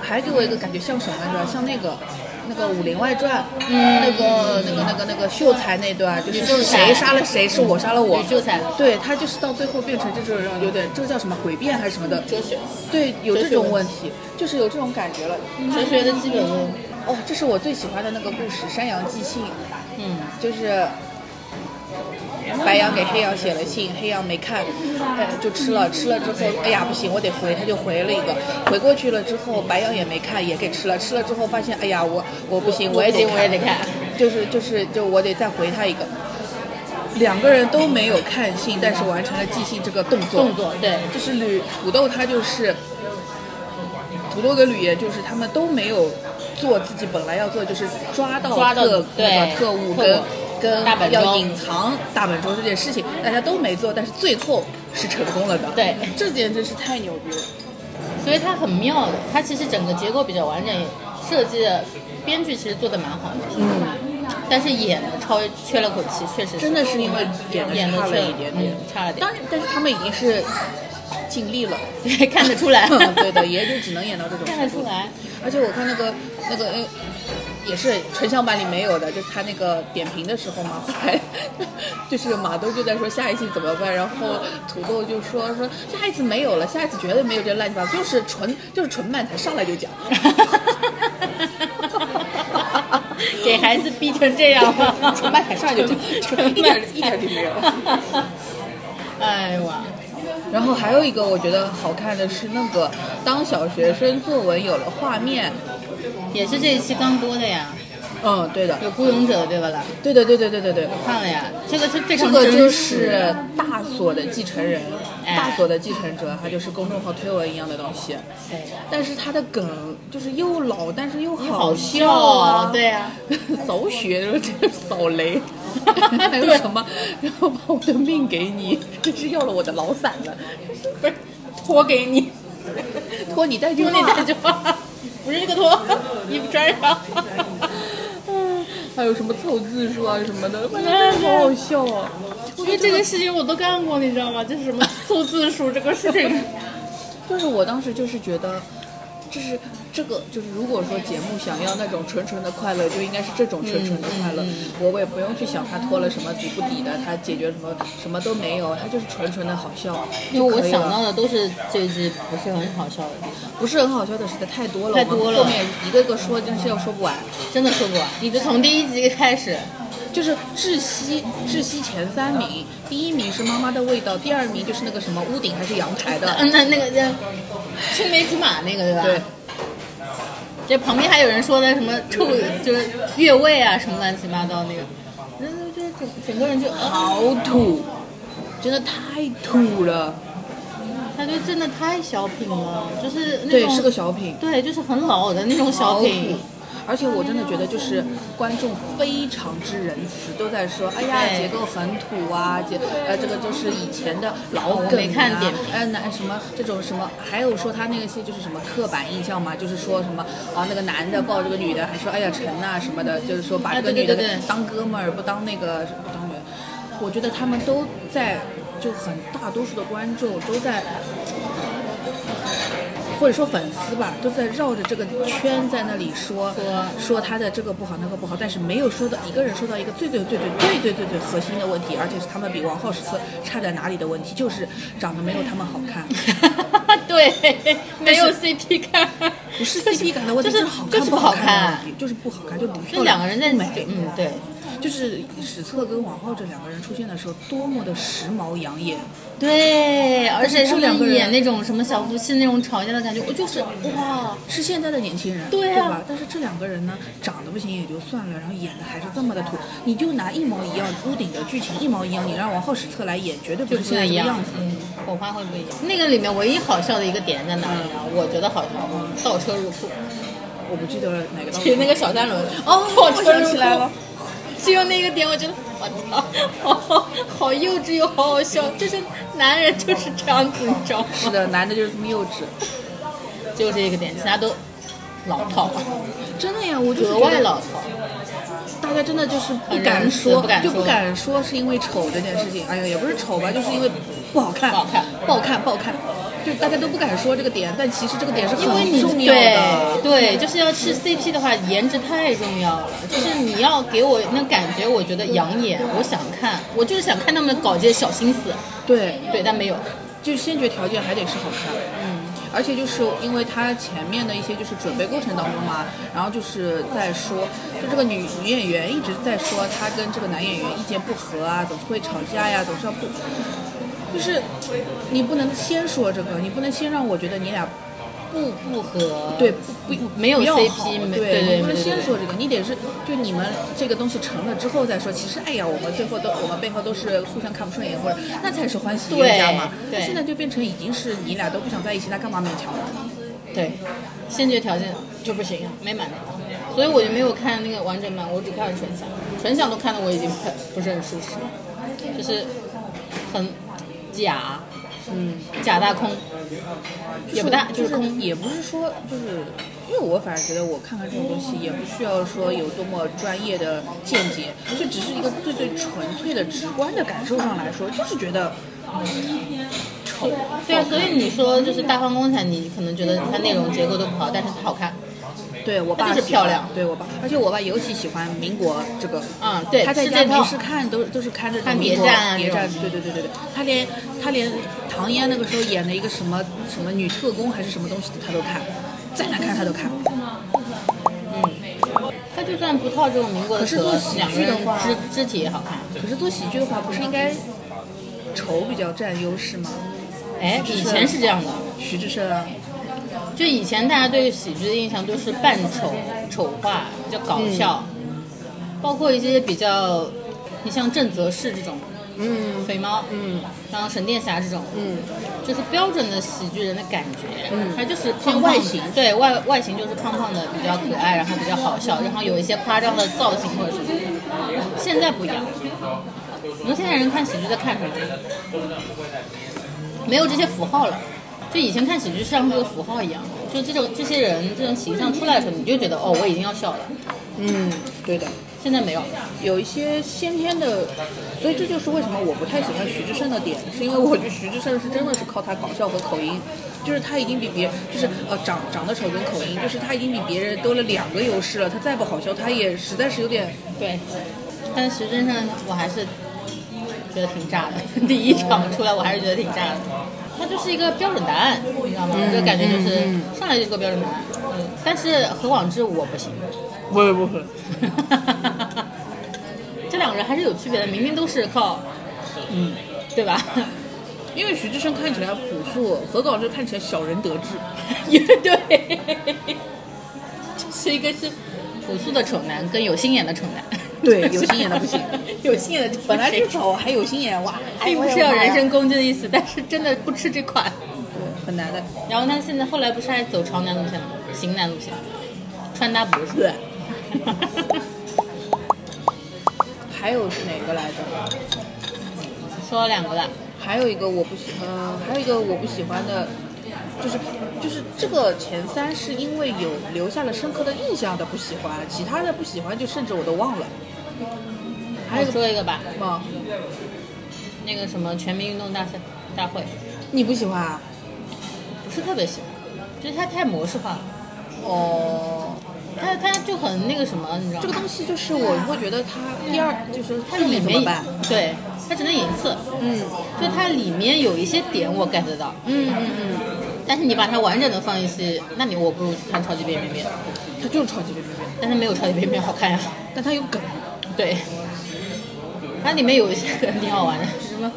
Speaker 1: 还给我一个感觉像什么来着？像那个那个《武林外传》，
Speaker 2: 嗯
Speaker 1: 那个那个那个那个秀才那段，就是
Speaker 2: 秀才
Speaker 1: 谁杀了谁，是我杀了我
Speaker 2: 吕。秀才
Speaker 1: 对他就是到最后变成这种有点这个叫什么诡辩还是什么的，
Speaker 2: 哲学，
Speaker 1: 对，有
Speaker 2: 哲
Speaker 1: 这
Speaker 2: 学
Speaker 1: 种
Speaker 2: 问
Speaker 1: 问题，就是有这种感觉了。嗯
Speaker 2: 哲学的基本功，
Speaker 1: 哦，这是我最喜欢的那个故事《山羊寄信》。
Speaker 2: 嗯，
Speaker 1: 就是白羊给黑羊写了信，黑羊没看，呃，就吃了，吃了之后，哎呀不行，我得回，他就回了一个，回过去了之后，白羊也没看，也给吃了，吃了之后发现，哎呀，我我不行，
Speaker 2: 我
Speaker 1: 也
Speaker 2: 也
Speaker 1: 得
Speaker 2: 嗯行，我也得看，
Speaker 1: 就是就是就我得再回他一个，两个人都没有看信，但是完成了寄信这个动作，
Speaker 2: 动作对，
Speaker 1: 就是吕土豆他就是土豆跟吕岩，就是他们都没有做自己本来要做，就是抓到
Speaker 2: 抓到
Speaker 1: 特
Speaker 2: 对
Speaker 1: 那个特务
Speaker 2: 特
Speaker 1: 跟
Speaker 2: 务大本
Speaker 1: 跟
Speaker 2: 钟
Speaker 1: 要隐藏大本钟这件事情，大家都没做，但是最后是成功了的。
Speaker 2: 对，
Speaker 1: 这点真是太牛逼了。
Speaker 2: 所以它很妙的，它其实整个结构比较完整，设计的编剧其实做的蛮好的，嗯，但是演的超缺了口气，确实
Speaker 1: 真的是因为演的
Speaker 2: 演的
Speaker 1: 差
Speaker 2: 缺
Speaker 1: 了一点点
Speaker 2: 嗯差了点，
Speaker 1: 当然，但是他们已经是尽力了，，
Speaker 2: 对， [laughs] 看得出来
Speaker 1: [laughs] 嗯对的，也就只能演到这种程
Speaker 2: [laughs] 看
Speaker 1: 度
Speaker 2: 得出
Speaker 1: [laughs]
Speaker 2: 来，
Speaker 1: 而且我看那个那个呃，也是纯享版里没有的，就是他那个点评的时候嘛，后来 [laughs] 就是马东就在说下一季怎么办，然后土豆就说说下一次没有了，下一次绝对没有这乱七八糟，就是纯就是纯漫才上来就讲， [laughs]
Speaker 2: 给孩子逼成这样了，
Speaker 1: 纯漫才上来就讲，一点一点就没有。
Speaker 2: [laughs] 哎哇，
Speaker 1: 然后还有一个我觉得好看的是那个当小学生作文有了画面，
Speaker 2: 也是这一期刚播的呀，
Speaker 1: 嗯，对的，
Speaker 2: 有孤勇者的对吧啦？
Speaker 1: 对的，对对对对对。
Speaker 2: 我看了呀，这个是非
Speaker 1: 这
Speaker 2: 常
Speaker 1: 个就
Speaker 2: 真实
Speaker 1: 是大锁的继承人，
Speaker 2: 哎
Speaker 1: 大锁的继承者，它就是公众号推文一样的东西，
Speaker 2: 对
Speaker 1: 但是它的梗就是又老，但是又
Speaker 2: 哎好
Speaker 1: 笑
Speaker 2: 笑啊
Speaker 1: 啊，
Speaker 2: 对
Speaker 1: [laughs]
Speaker 2: 呀
Speaker 1: 扫雪这扫
Speaker 2: [laughs]
Speaker 1: 雷，还有什么，然后把我的命给你，真是要了我的老伞了，
Speaker 2: 不是托给你，
Speaker 1: 托你带句
Speaker 2: 托
Speaker 1: 话，
Speaker 2: 你带句话，不是这个托，衣服穿上。
Speaker 1: 还有什么凑字数啊什么的，反正好好笑啊。
Speaker 2: 因为这个事情我都干过，你知道吗？就是什么凑字数这个事情。
Speaker 1: 就是我当时就是觉得，就是这个就是如果说节目想要那种纯纯的快乐，就应该是这种纯纯的快
Speaker 2: 嗯
Speaker 1: 乐。我我也不用去想他拖了什么底不底的，他解决什么什么都没有，他就是纯纯的好笑。
Speaker 2: 因为我
Speaker 1: 就可以了
Speaker 2: 想到的都是这季不是很好笑的地方，
Speaker 1: 不是很好笑的实在太多了，
Speaker 2: 太多了
Speaker 1: 我们后面一个个说真是要说不完。
Speaker 2: 真的说不完。你就从第一集开始，
Speaker 1: 就是窒息，窒息前三名，第一名是妈妈的味道，第二名就是那个什么屋顶还是阳台的，
Speaker 2: 嗯，那嗯那个叫青梅竹马那个对吧？
Speaker 1: 对，
Speaker 2: 这旁边还有人说的什么臭，就是越位啊什么乱七八糟那个，那就就整整个人就，啊，
Speaker 1: 好土，真的太土了。
Speaker 2: 他就真的太小品了，就是那
Speaker 1: 对，
Speaker 2: 种
Speaker 1: 是个小品，
Speaker 2: 对，就是很老的那种小
Speaker 1: 好土
Speaker 2: 品。。
Speaker 1: 而且我真的觉得，就是观众非常之仁慈，都在说，哎呀，
Speaker 2: 对
Speaker 1: 结构很土啊，结呃，这个就是以前的老梗啊，
Speaker 2: 我没看点评
Speaker 1: 哎，男什么这种什么，还有说他那个些就是什么刻板印象嘛，就是说什么啊，那个男的抱这个女的，还说哎呀陈呐、什么的，就是说把
Speaker 2: 啊
Speaker 1: 这个
Speaker 2: 对
Speaker 1: 女
Speaker 2: 对
Speaker 1: 的
Speaker 2: 对对
Speaker 1: 当哥们儿，不当那个不当人。我觉得他们都在，就很大多数的观众都在。或者说粉丝吧，都在绕着这个圈在那里说
Speaker 2: 说
Speaker 1: 说他的这个不好那个不好，但是没有说到一个人说到一个最最最最最最最最核心的问题，而且是他们比王浩史册差在哪里的问题，就是长得没有他们好看。
Speaker 2: [laughs] 对，没有 CP 感，
Speaker 1: 不是 CP 感的问题，
Speaker 2: 就是
Speaker 1: 是好
Speaker 2: 就
Speaker 1: 看
Speaker 2: 是
Speaker 1: 不
Speaker 2: 好
Speaker 1: 看的
Speaker 2: 看
Speaker 1: 问题，就是不好看，就不
Speaker 2: 这
Speaker 1: 漂亮，
Speaker 2: 两个人在
Speaker 1: 不
Speaker 2: 美
Speaker 1: 美，，
Speaker 2: 嗯，对，
Speaker 1: 就是史册跟王浩这两个人出现的时候，多么的时髦养眼，
Speaker 2: 对，而且
Speaker 1: 这
Speaker 2: 是
Speaker 1: 两个人
Speaker 2: 演那种什么小夫妻那种吵架的感觉，我就是哇，
Speaker 1: 是现在的年轻人，
Speaker 2: 对啊
Speaker 1: 吧？但是这两个人呢，长得不行也就算了，然后演的还是这么的土，你就拿一毛一样屋顶的剧情一毛一样，你让王浩史册来演，绝对不
Speaker 2: 就是不
Speaker 1: 现在
Speaker 2: 一
Speaker 1: 这个
Speaker 2: 样
Speaker 1: 样子。，
Speaker 2: 嗯，火花会不一样。那个里面唯一好笑的一个点在哪里呢？
Speaker 1: 嗯
Speaker 2: 我觉得好笑，嗯倒车入库，
Speaker 1: 我不记得了哪个道
Speaker 2: 骑
Speaker 1: 理。
Speaker 2: 那个小三轮，
Speaker 1: 哦，
Speaker 2: 倒
Speaker 1: 我
Speaker 2: 车
Speaker 1: 想
Speaker 2: 入
Speaker 1: 起来
Speaker 2: 库
Speaker 1: 了，，
Speaker 2: 只有那个点，我觉得我操，好好好幼稚又好好笑，就是男人就是这样子，你知道吗？
Speaker 1: 是的，男的就是这么幼稚，
Speaker 2: 就这个点，其他都老套，
Speaker 1: 真的呀，我就是
Speaker 2: 格
Speaker 1: 觉
Speaker 2: 外
Speaker 1: 得
Speaker 2: 老套。
Speaker 1: 大家真的就是不
Speaker 2: 很仁
Speaker 1: 敢
Speaker 2: 慈
Speaker 1: 说，
Speaker 2: 不敢
Speaker 1: 就
Speaker 2: 说
Speaker 1: 不敢说是因为丑这件事情。哎呀，也不是丑吧，就是因为不好看，
Speaker 2: 不好看
Speaker 1: 不好看，不好看。就大家都不敢说这个点，但其实这个点是很
Speaker 2: 因为你
Speaker 1: 重要的。
Speaker 2: 对对，就是要吃 CP 的话，颜值太重要了。就是你要给我那感觉，我觉得养眼，我想看，我就是想看他们搞这些小心思。
Speaker 1: 对，
Speaker 2: 对，但没有。
Speaker 1: 就先决条件还得是好看。嗯，而且就是因为他前面的一些就是准备过程当中嘛，然后就是在说，就这个女女演员一直在说她跟这个男演员意见不合啊，总是会吵架呀，总是要不，就是你不能先说这个，你不能先让我觉得你俩
Speaker 2: 不不合，
Speaker 1: 对，不不
Speaker 2: 没有
Speaker 1: 不要
Speaker 2: CP
Speaker 1: 好
Speaker 2: 没对对
Speaker 1: 对，你不能
Speaker 2: 对对
Speaker 1: 先
Speaker 2: 对
Speaker 1: 说这个，你得是就你们这个东西成了之后再说。其实哎呀，我们最后都我们背后都是互相看不顺眼，或者那才是欢喜冤家嘛。
Speaker 2: 对对
Speaker 1: 现在就变成已经是你俩都不想在一起，那干嘛勉强？
Speaker 2: 对，先决条件就不行，啊没满足。所以我就没有看那个完整版，我只看了纯享，纯享都看的我已经很不是很舒适，就是很假，嗯，假大空，也不大，
Speaker 1: 就是
Speaker 2: 空，
Speaker 1: 也不是说就是。因为我反而觉得，我看看这种东西也不需要说有多么专业的见解，就只是一个最最纯粹的、直观的感受上来说，就是觉得
Speaker 2: 对啊，所以你说就是《大放光彩》，你可能觉得它内容结构都不好，但是它好看。
Speaker 1: 对我
Speaker 2: 她
Speaker 1: 爸
Speaker 2: 就是
Speaker 1: 喜欢
Speaker 2: 漂亮
Speaker 1: 对我爸，而且我爸尤其喜欢民国这个，
Speaker 2: 嗯对
Speaker 1: 他在
Speaker 2: 是
Speaker 1: 家
Speaker 2: 这套
Speaker 1: 平时看都都是看这种
Speaker 2: 看
Speaker 1: 民国
Speaker 2: 谍战啊
Speaker 1: 谍
Speaker 2: 这种
Speaker 1: 战，对对对对对，他连他连唐嫣那个时候演的一个什么什么女特工还是什么东西的他都看，再难看他都看，
Speaker 2: 它就算不套这种民国的
Speaker 1: 可是做
Speaker 2: 壳
Speaker 1: 喜，剧
Speaker 2: 两个人
Speaker 1: 的话
Speaker 2: 肢肢体也好看。
Speaker 1: 可是做喜剧的话，不是应该丑比较占优势吗？
Speaker 2: 哎，以前是这样的，
Speaker 1: 徐志胜啊，
Speaker 2: 就以前大家对喜剧的印象都是扮丑、丑化、比较搞笑，包括一些比较，你像郑则仕这种，嗯，肥猫，嗯，然后沈殿霞这种，嗯，就是标准的喜剧人的感觉，嗯，他就是胖胖
Speaker 1: 外形，
Speaker 2: 对外外形就是胖胖的，比较可爱，然后比较好笑，然后有一些夸张的造型或者什么。现在不一样，我们现在人看喜剧在看什么？没有这些符号了。就以前看喜剧像这个符号一样，就这种这些人这种形象出来的时候，你就觉得哦，我已经要笑了。
Speaker 1: 嗯，对的，
Speaker 2: 现在没有，
Speaker 1: 有一些先天的，所以这就是为什么我不太喜欢徐志胜的点，是因为我觉得徐志胜是真的是靠他搞笑和口音，就是他已经比别就是呃长长得丑跟口音，就是他已经比别人多了两个优势了，他再不好笑，他也实在是有点
Speaker 2: 对，但实质上我还是觉得挺炸的。 [laughs] 第一场出来，我还是觉得挺炸的。它就是一个标准答案，你知道吗？我就感觉就是上来就一个标准答案。嗯，但是何广智我不行，
Speaker 1: 不不不，
Speaker 2: [laughs] 这两个人还是有区别的，明明都是靠，嗯，对吧？
Speaker 1: 因为徐志胜看起来朴素，何广智看起来小人得志。
Speaker 2: 也 [laughs] 对，就是一个是朴素的丑男跟有心眼的丑男。 [laughs]
Speaker 1: 对有心眼的不行，哎
Speaker 2: 有心眼的
Speaker 1: 本来就丑，还有心眼哇，
Speaker 2: 并不是要人身攻击的意思，但是真的不吃这款。
Speaker 1: 很难的。
Speaker 2: 然后他现在后来不是还走潮男路线吗？型男路线，穿搭博主。
Speaker 1: 还有是哪个来着？
Speaker 2: [laughs] 说了两个了，
Speaker 1: 还有一个我不喜欢，还有一个我不喜欢的，就是就是这个前三是因为有留下了深刻的印象的不喜欢，其他的不喜欢就甚至我都忘了。还
Speaker 2: 还
Speaker 1: 有一个
Speaker 2: 说一个吧，
Speaker 1: 吗？
Speaker 2: 那个什么全民运动大赛大会，
Speaker 1: 你不喜欢啊？
Speaker 2: 不是特别喜欢，就是它太模式化了，
Speaker 1: 哦，
Speaker 2: 它它就很那个什么，你知道
Speaker 1: 这个
Speaker 2: 吗？
Speaker 1: 东西就是我会觉得它第二就是后面怎么办？
Speaker 2: 对，它只能演一次，
Speaker 1: 嗯
Speaker 2: 就它里面有一些点我 get 得到，
Speaker 1: 嗯嗯嗯，
Speaker 2: 但是你把它完整的放一些，那你我不如去看超级变变变，
Speaker 1: 它就是超级变变变，
Speaker 2: 但它没有超级变变好看呀、啊
Speaker 1: 但它有梗。
Speaker 2: 对，它里面有一些梗挺好玩的，什么？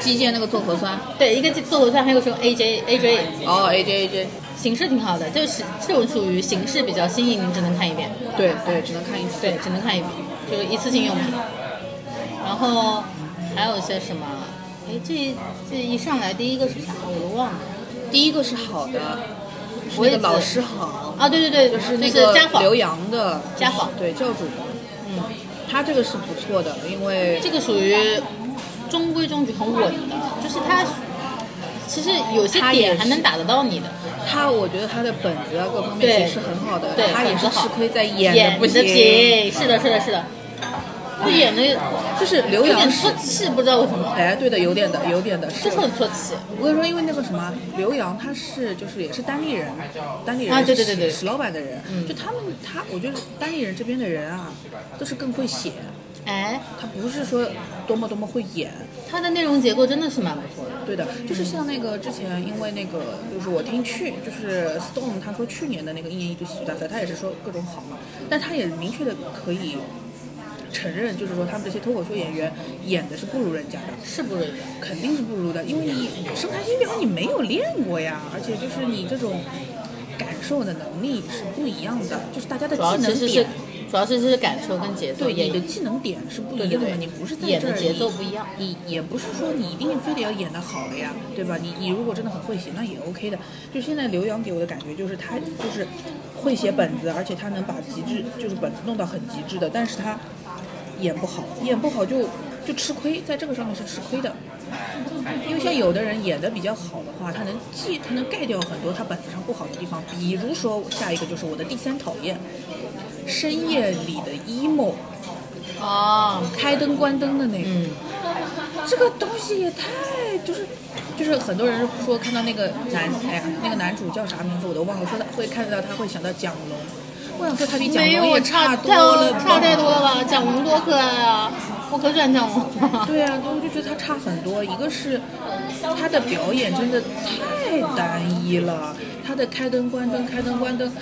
Speaker 1: 击剑那个做核酸，
Speaker 2: 对，一个做核酸，还有什么 AJ AJ，
Speaker 1: 哦，A J A J，
Speaker 2: 形式挺好的，就是这种属于形式比较新颖，你只能看一遍。
Speaker 1: 对对，只能看一次。
Speaker 2: 对，只能看一遍，就是一次性用完。然后还有一些什么？哎，这这一上来第一个是啥？我都忘了。
Speaker 1: 第一个是好的，是那
Speaker 2: 我也
Speaker 1: 个
Speaker 2: 记
Speaker 1: 老
Speaker 2: 得
Speaker 1: 师好，
Speaker 2: 啊，对对对，就
Speaker 1: 就是那
Speaker 2: 家
Speaker 1: 个
Speaker 2: 访
Speaker 1: 刘洋的
Speaker 2: 家访
Speaker 1: 对教主，
Speaker 2: 嗯，
Speaker 1: 他这个是不错的，因为
Speaker 2: 这个属于中规中矩、很稳的，就是它其实有些
Speaker 1: 它也
Speaker 2: 点还
Speaker 1: 是
Speaker 2: 能打得到你的。
Speaker 1: 他我觉得他的本子啊各方面
Speaker 2: 对
Speaker 1: 其实是很好的，
Speaker 2: 对
Speaker 1: 他也
Speaker 2: 本
Speaker 1: 是
Speaker 2: 子好
Speaker 1: 吃亏在
Speaker 2: 演
Speaker 1: 演的不
Speaker 2: 的
Speaker 1: 行，
Speaker 2: 紧，是的，是的，是的。我演的
Speaker 1: 就是
Speaker 2: 有
Speaker 1: 刘
Speaker 2: 点
Speaker 1: 洋是
Speaker 2: 出，气，不知道为什么，
Speaker 1: 哎，对的，有点的，有点的是
Speaker 2: 就。是很出气。
Speaker 1: 我跟你说，因为那个什么，刘洋他是就是也是单立人，单立人
Speaker 2: 啊对
Speaker 1: 是
Speaker 2: 对对嗯对
Speaker 1: 史史老板的人，就他们他，我觉得单立人这边的人啊，都是更会写，
Speaker 2: 哎，
Speaker 1: 他不是说多么多么会演，
Speaker 2: 它的内容结构真的是蛮不错的。
Speaker 1: 对的，就是像那个之前，因为那个就是我听去，就是 Stone 他说去年的那个一年一度喜剧大赛，他也是说各种好嘛，但他也明确的可以承认，就是说他们这些脱口秀演员演的是不如人家的，
Speaker 2: 是不是？
Speaker 1: 肯定是不如的，因为你生态音表你没有练过呀，而且就是你这种感受的能力是不一样的，就是大家的
Speaker 2: 主要
Speaker 1: 技
Speaker 2: 其
Speaker 1: 能
Speaker 2: 实是
Speaker 1: 点，
Speaker 2: 主要是是感受跟节奏
Speaker 1: 对你
Speaker 2: 演
Speaker 1: 的
Speaker 2: 绎。
Speaker 1: 技能点是不一样的，
Speaker 2: 对对对
Speaker 1: 你不是在
Speaker 2: 演
Speaker 1: 这
Speaker 2: 的
Speaker 1: 儿
Speaker 2: 节奏
Speaker 1: 你
Speaker 2: 不一样
Speaker 1: 你也不是说你一定非得要演得好了呀，对吧？你你如果真的很会写，那也 OK 的。就现在刘洋给我的感觉就是他就是会写本子，而且他能把极致就是本子弄到很极致的，但是他演不好，演不好就就吃亏，在这个上面是吃亏的。因为像有的人演的比较好的话，他能记，他能盖掉很多他本子上不好的地方，比如说下一个就是我的第三讨厌，深夜里的 emo。
Speaker 2: 哦，
Speaker 1: 开灯关灯的那个，
Speaker 2: 嗯，
Speaker 1: 这个东西也太就是。就是很多人说看到那个男，哎呀，那个男主叫啥名字我都忘了，说他会看到他会想到蒋龙，我想说他比蒋
Speaker 2: 没有
Speaker 1: 龙也
Speaker 2: 我差
Speaker 1: 多了吧，
Speaker 2: 差太多了吧？蒋龙多可爱啊！我可喜欢
Speaker 1: [laughs]
Speaker 2: 蒋龙了。
Speaker 1: 对啊，我就觉得他差很多。一个是他的表演真的太单一了，他的开灯关灯开灯关灯，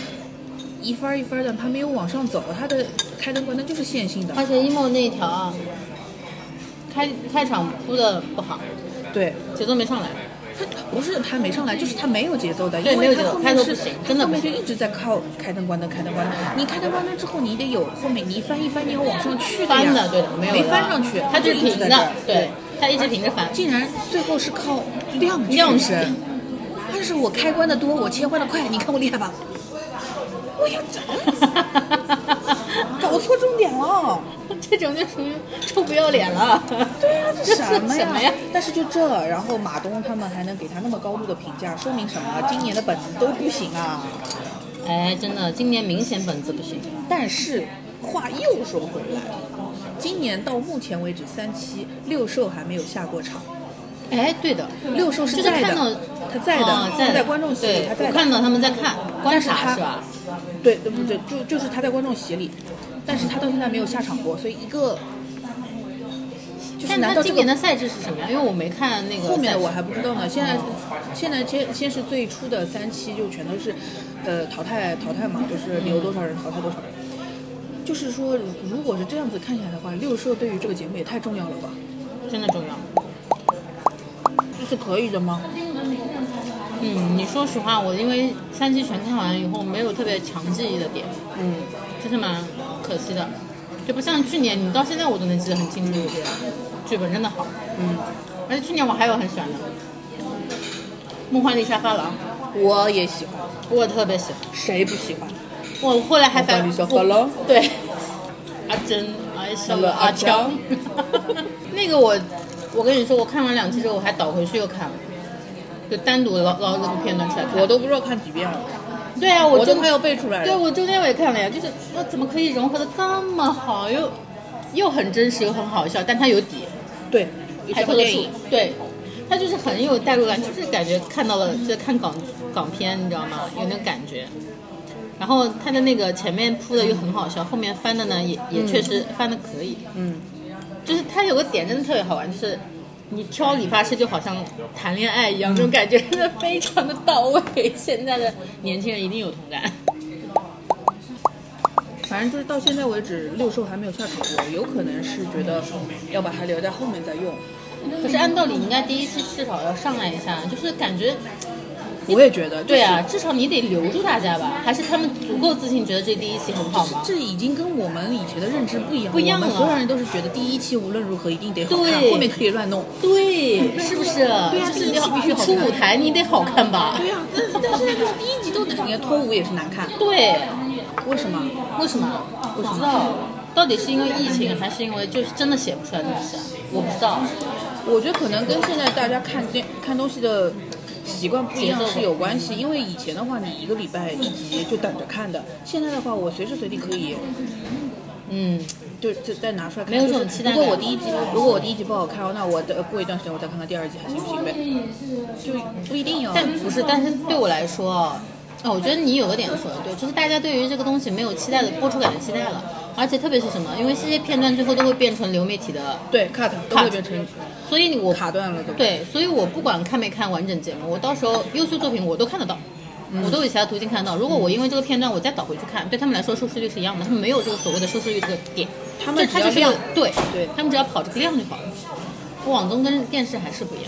Speaker 1: 一番儿一番的，他没有往上走，他的开灯关灯就是线性的。
Speaker 2: 而且 emo 那一条啊，开开场哭的不好，
Speaker 1: 对，
Speaker 2: 节奏没上来。
Speaker 1: 他不是他没上来，就是他没有节奏的，
Speaker 2: 对
Speaker 1: 因
Speaker 2: 没有
Speaker 1: 为
Speaker 2: 节
Speaker 1: 他
Speaker 2: 奏
Speaker 1: 后
Speaker 2: 开
Speaker 1: 面
Speaker 2: 头
Speaker 1: 是
Speaker 2: 不行真的
Speaker 1: 后面
Speaker 2: 不
Speaker 1: 就
Speaker 2: 行
Speaker 1: 一直在靠开灯关灯开灯关灯，你开灯关灯之后你得有后面你一翻一翻你要往上去哎呀
Speaker 2: 翻的，对的，没有的
Speaker 1: 翻上去，
Speaker 2: 它
Speaker 1: 就是一
Speaker 2: 停
Speaker 1: 直在这
Speaker 2: 的
Speaker 1: 儿，
Speaker 2: 对，，它一直停着翻。 [laughs]
Speaker 1: 竟然最后是靠量
Speaker 2: 量
Speaker 1: 取胜，但是我开关的多，我切换的快，你看我厉害吧？我要
Speaker 2: [laughs]
Speaker 1: 搞错重点了。
Speaker 2: 这种就属于臭不要脸了。
Speaker 1: 对呀、这
Speaker 2: [laughs] 这是
Speaker 1: 什么呀？
Speaker 2: 什么呀
Speaker 1: 但是就这，然后马东他们还能给他那么高度的评价，说明什么？今年的本子都不行啊。
Speaker 2: 哎，真的，今年明显本子不行。
Speaker 1: 但是话又说回来，今年到目前为止三期六兽还没有下过场，
Speaker 2: 哎，对的，
Speaker 1: 六兽是
Speaker 2: 就是
Speaker 1: 在
Speaker 2: 看到
Speaker 1: 的，他在的，
Speaker 2: 啊
Speaker 1: 他
Speaker 2: 在
Speaker 1: 在观众席里，
Speaker 2: 对
Speaker 1: 他在
Speaker 2: 我
Speaker 1: 的。
Speaker 2: 看到他们在看观
Speaker 1: 是他
Speaker 2: 察是吧？
Speaker 1: 对对不对？
Speaker 2: 嗯
Speaker 1: 就就是他在观众席里，但是他到现在没有下场过，所以一个就是
Speaker 2: 但
Speaker 1: 难
Speaker 2: 他
Speaker 1: 道这
Speaker 2: 今年
Speaker 1: 个
Speaker 2: 的赛制是什么呀？因为我没看那个
Speaker 1: 后面
Speaker 2: 赛
Speaker 1: 的
Speaker 2: 制
Speaker 1: 我还不知道呢？现在现在先先是最初的三期就全都是，呃淘汰淘汰嘛，就是你有多少人淘汰多少人。就是说，如果是这样子看下来的话，六社对于这个节目也太重要了吧？
Speaker 2: 真的重要。
Speaker 1: 这是可以的吗？
Speaker 2: 嗯，你说实话，我因为三期全看完以后，没有特别强记忆的点，
Speaker 1: 嗯，
Speaker 2: 这是蛮可惜的。就不像去年，你到现在我都能记得很清楚，剧本真的好。
Speaker 1: 嗯，
Speaker 2: 而且去年我还有很喜欢的《梦幻丽莎发廊
Speaker 1: 我也喜欢，》，
Speaker 2: 我特别喜欢。
Speaker 1: 谁不喜欢？
Speaker 2: 我后来还
Speaker 1: 梦幻
Speaker 2: 反
Speaker 1: 丽莎发廊
Speaker 2: 我对，阿珍爱上了阿强。 [laughs] 那个我，我跟你说，我看完两期之后，我还倒回去又看了，就单独捞捞这个片段出来看。
Speaker 1: 我都不知道看几遍了，
Speaker 2: 对啊，
Speaker 1: 我
Speaker 2: 中
Speaker 1: 都快要背出来
Speaker 2: 对，
Speaker 1: 了。
Speaker 2: 我中间我也看了呀，就是那怎么可以融合的这么好，又又很真实，又很好笑，但它有底，
Speaker 1: 对，
Speaker 2: 还
Speaker 1: 有什
Speaker 2: 特
Speaker 1: 么
Speaker 2: 别
Speaker 1: 电影？
Speaker 2: 对，它就是很有代入感，就是感觉看到了就在看港港片，你知道吗？有那个感觉。然后它的那个前面铺的又很好笑，后面翻的呢也也确实翻的可以，
Speaker 1: 嗯，
Speaker 2: 就是它有个点真的特别好玩，就是。你挑理发师就好像谈恋爱一
Speaker 1: 嗯
Speaker 2: 样，那种感觉真的非常的到位。现在的年轻人一定有同感。
Speaker 1: 反正就是到现在为止，六兽还没有下场过，有可能是觉得要把它留在后面再用。
Speaker 2: 可是按道理应该第一期至少要上来一下，就是感觉
Speaker 1: 我也觉得，就是
Speaker 2: 对啊，至少你得留住大家吧？还是他们足够自信，觉得这第一期很好吗？
Speaker 1: 这已经跟我们以前的认知不一样了。
Speaker 2: 不一样
Speaker 1: 我
Speaker 2: 了
Speaker 1: 们所有人都是觉得第一期无论如何一定得好看，
Speaker 2: 对
Speaker 1: 后面可以乱弄。
Speaker 2: 对，是不是？对
Speaker 1: 啊
Speaker 2: 就
Speaker 1: 第
Speaker 2: 是
Speaker 1: 一
Speaker 2: 你
Speaker 1: 期必须
Speaker 2: 你
Speaker 1: 好
Speaker 2: 出
Speaker 1: 看
Speaker 2: 舞台你得好看吧？
Speaker 1: [laughs] 对呀、啊但是但是就是第一集都难，你看脱舞也是难看，
Speaker 2: 对，
Speaker 1: 为什么？
Speaker 2: 为什么？我不知道，到底是因为疫情还是因为就是真的写不出来东西啊？我不知道。
Speaker 1: 我觉得可能跟现在大家看电看东西的习惯不一样
Speaker 2: 节奏
Speaker 1: 是有关系，因为以前的话你一个礼拜一集就等着看的，现在的话我随时随地可以
Speaker 2: 嗯，
Speaker 1: 就就再拿出来看。
Speaker 2: 没有这
Speaker 1: 就是
Speaker 2: 种期待
Speaker 1: 如果
Speaker 2: 感
Speaker 1: 我第一集，如果我第一集不好看，那我等过一段时间我再看看第二集还行不行呗？就不一定要。
Speaker 2: 但不是，但是对我来说啊，哦，我觉得你有个点说的对，就是大家对于这个东西没有期待的播出感的期待了，而且特别是什么，因为这些片段最后都会变成流媒体的，
Speaker 1: 对 cut 都会变成
Speaker 2: 所以我
Speaker 1: 卡断了，对吧？
Speaker 2: 对，所以我不管看没看完整节目，我到时候优秀作品我都看得到，
Speaker 1: 嗯
Speaker 2: 我都有其他途径看得到。如果我因为这个片段我再倒回去看，对他们来说收视率是一样的，他们没有这个所谓的收视率这个点，
Speaker 1: 他们
Speaker 2: 就他
Speaker 1: 只要
Speaker 2: 就是要
Speaker 1: 量
Speaker 2: 对，
Speaker 1: 对
Speaker 2: 他们只要跑这个量就好了。网综跟电视还是不一样。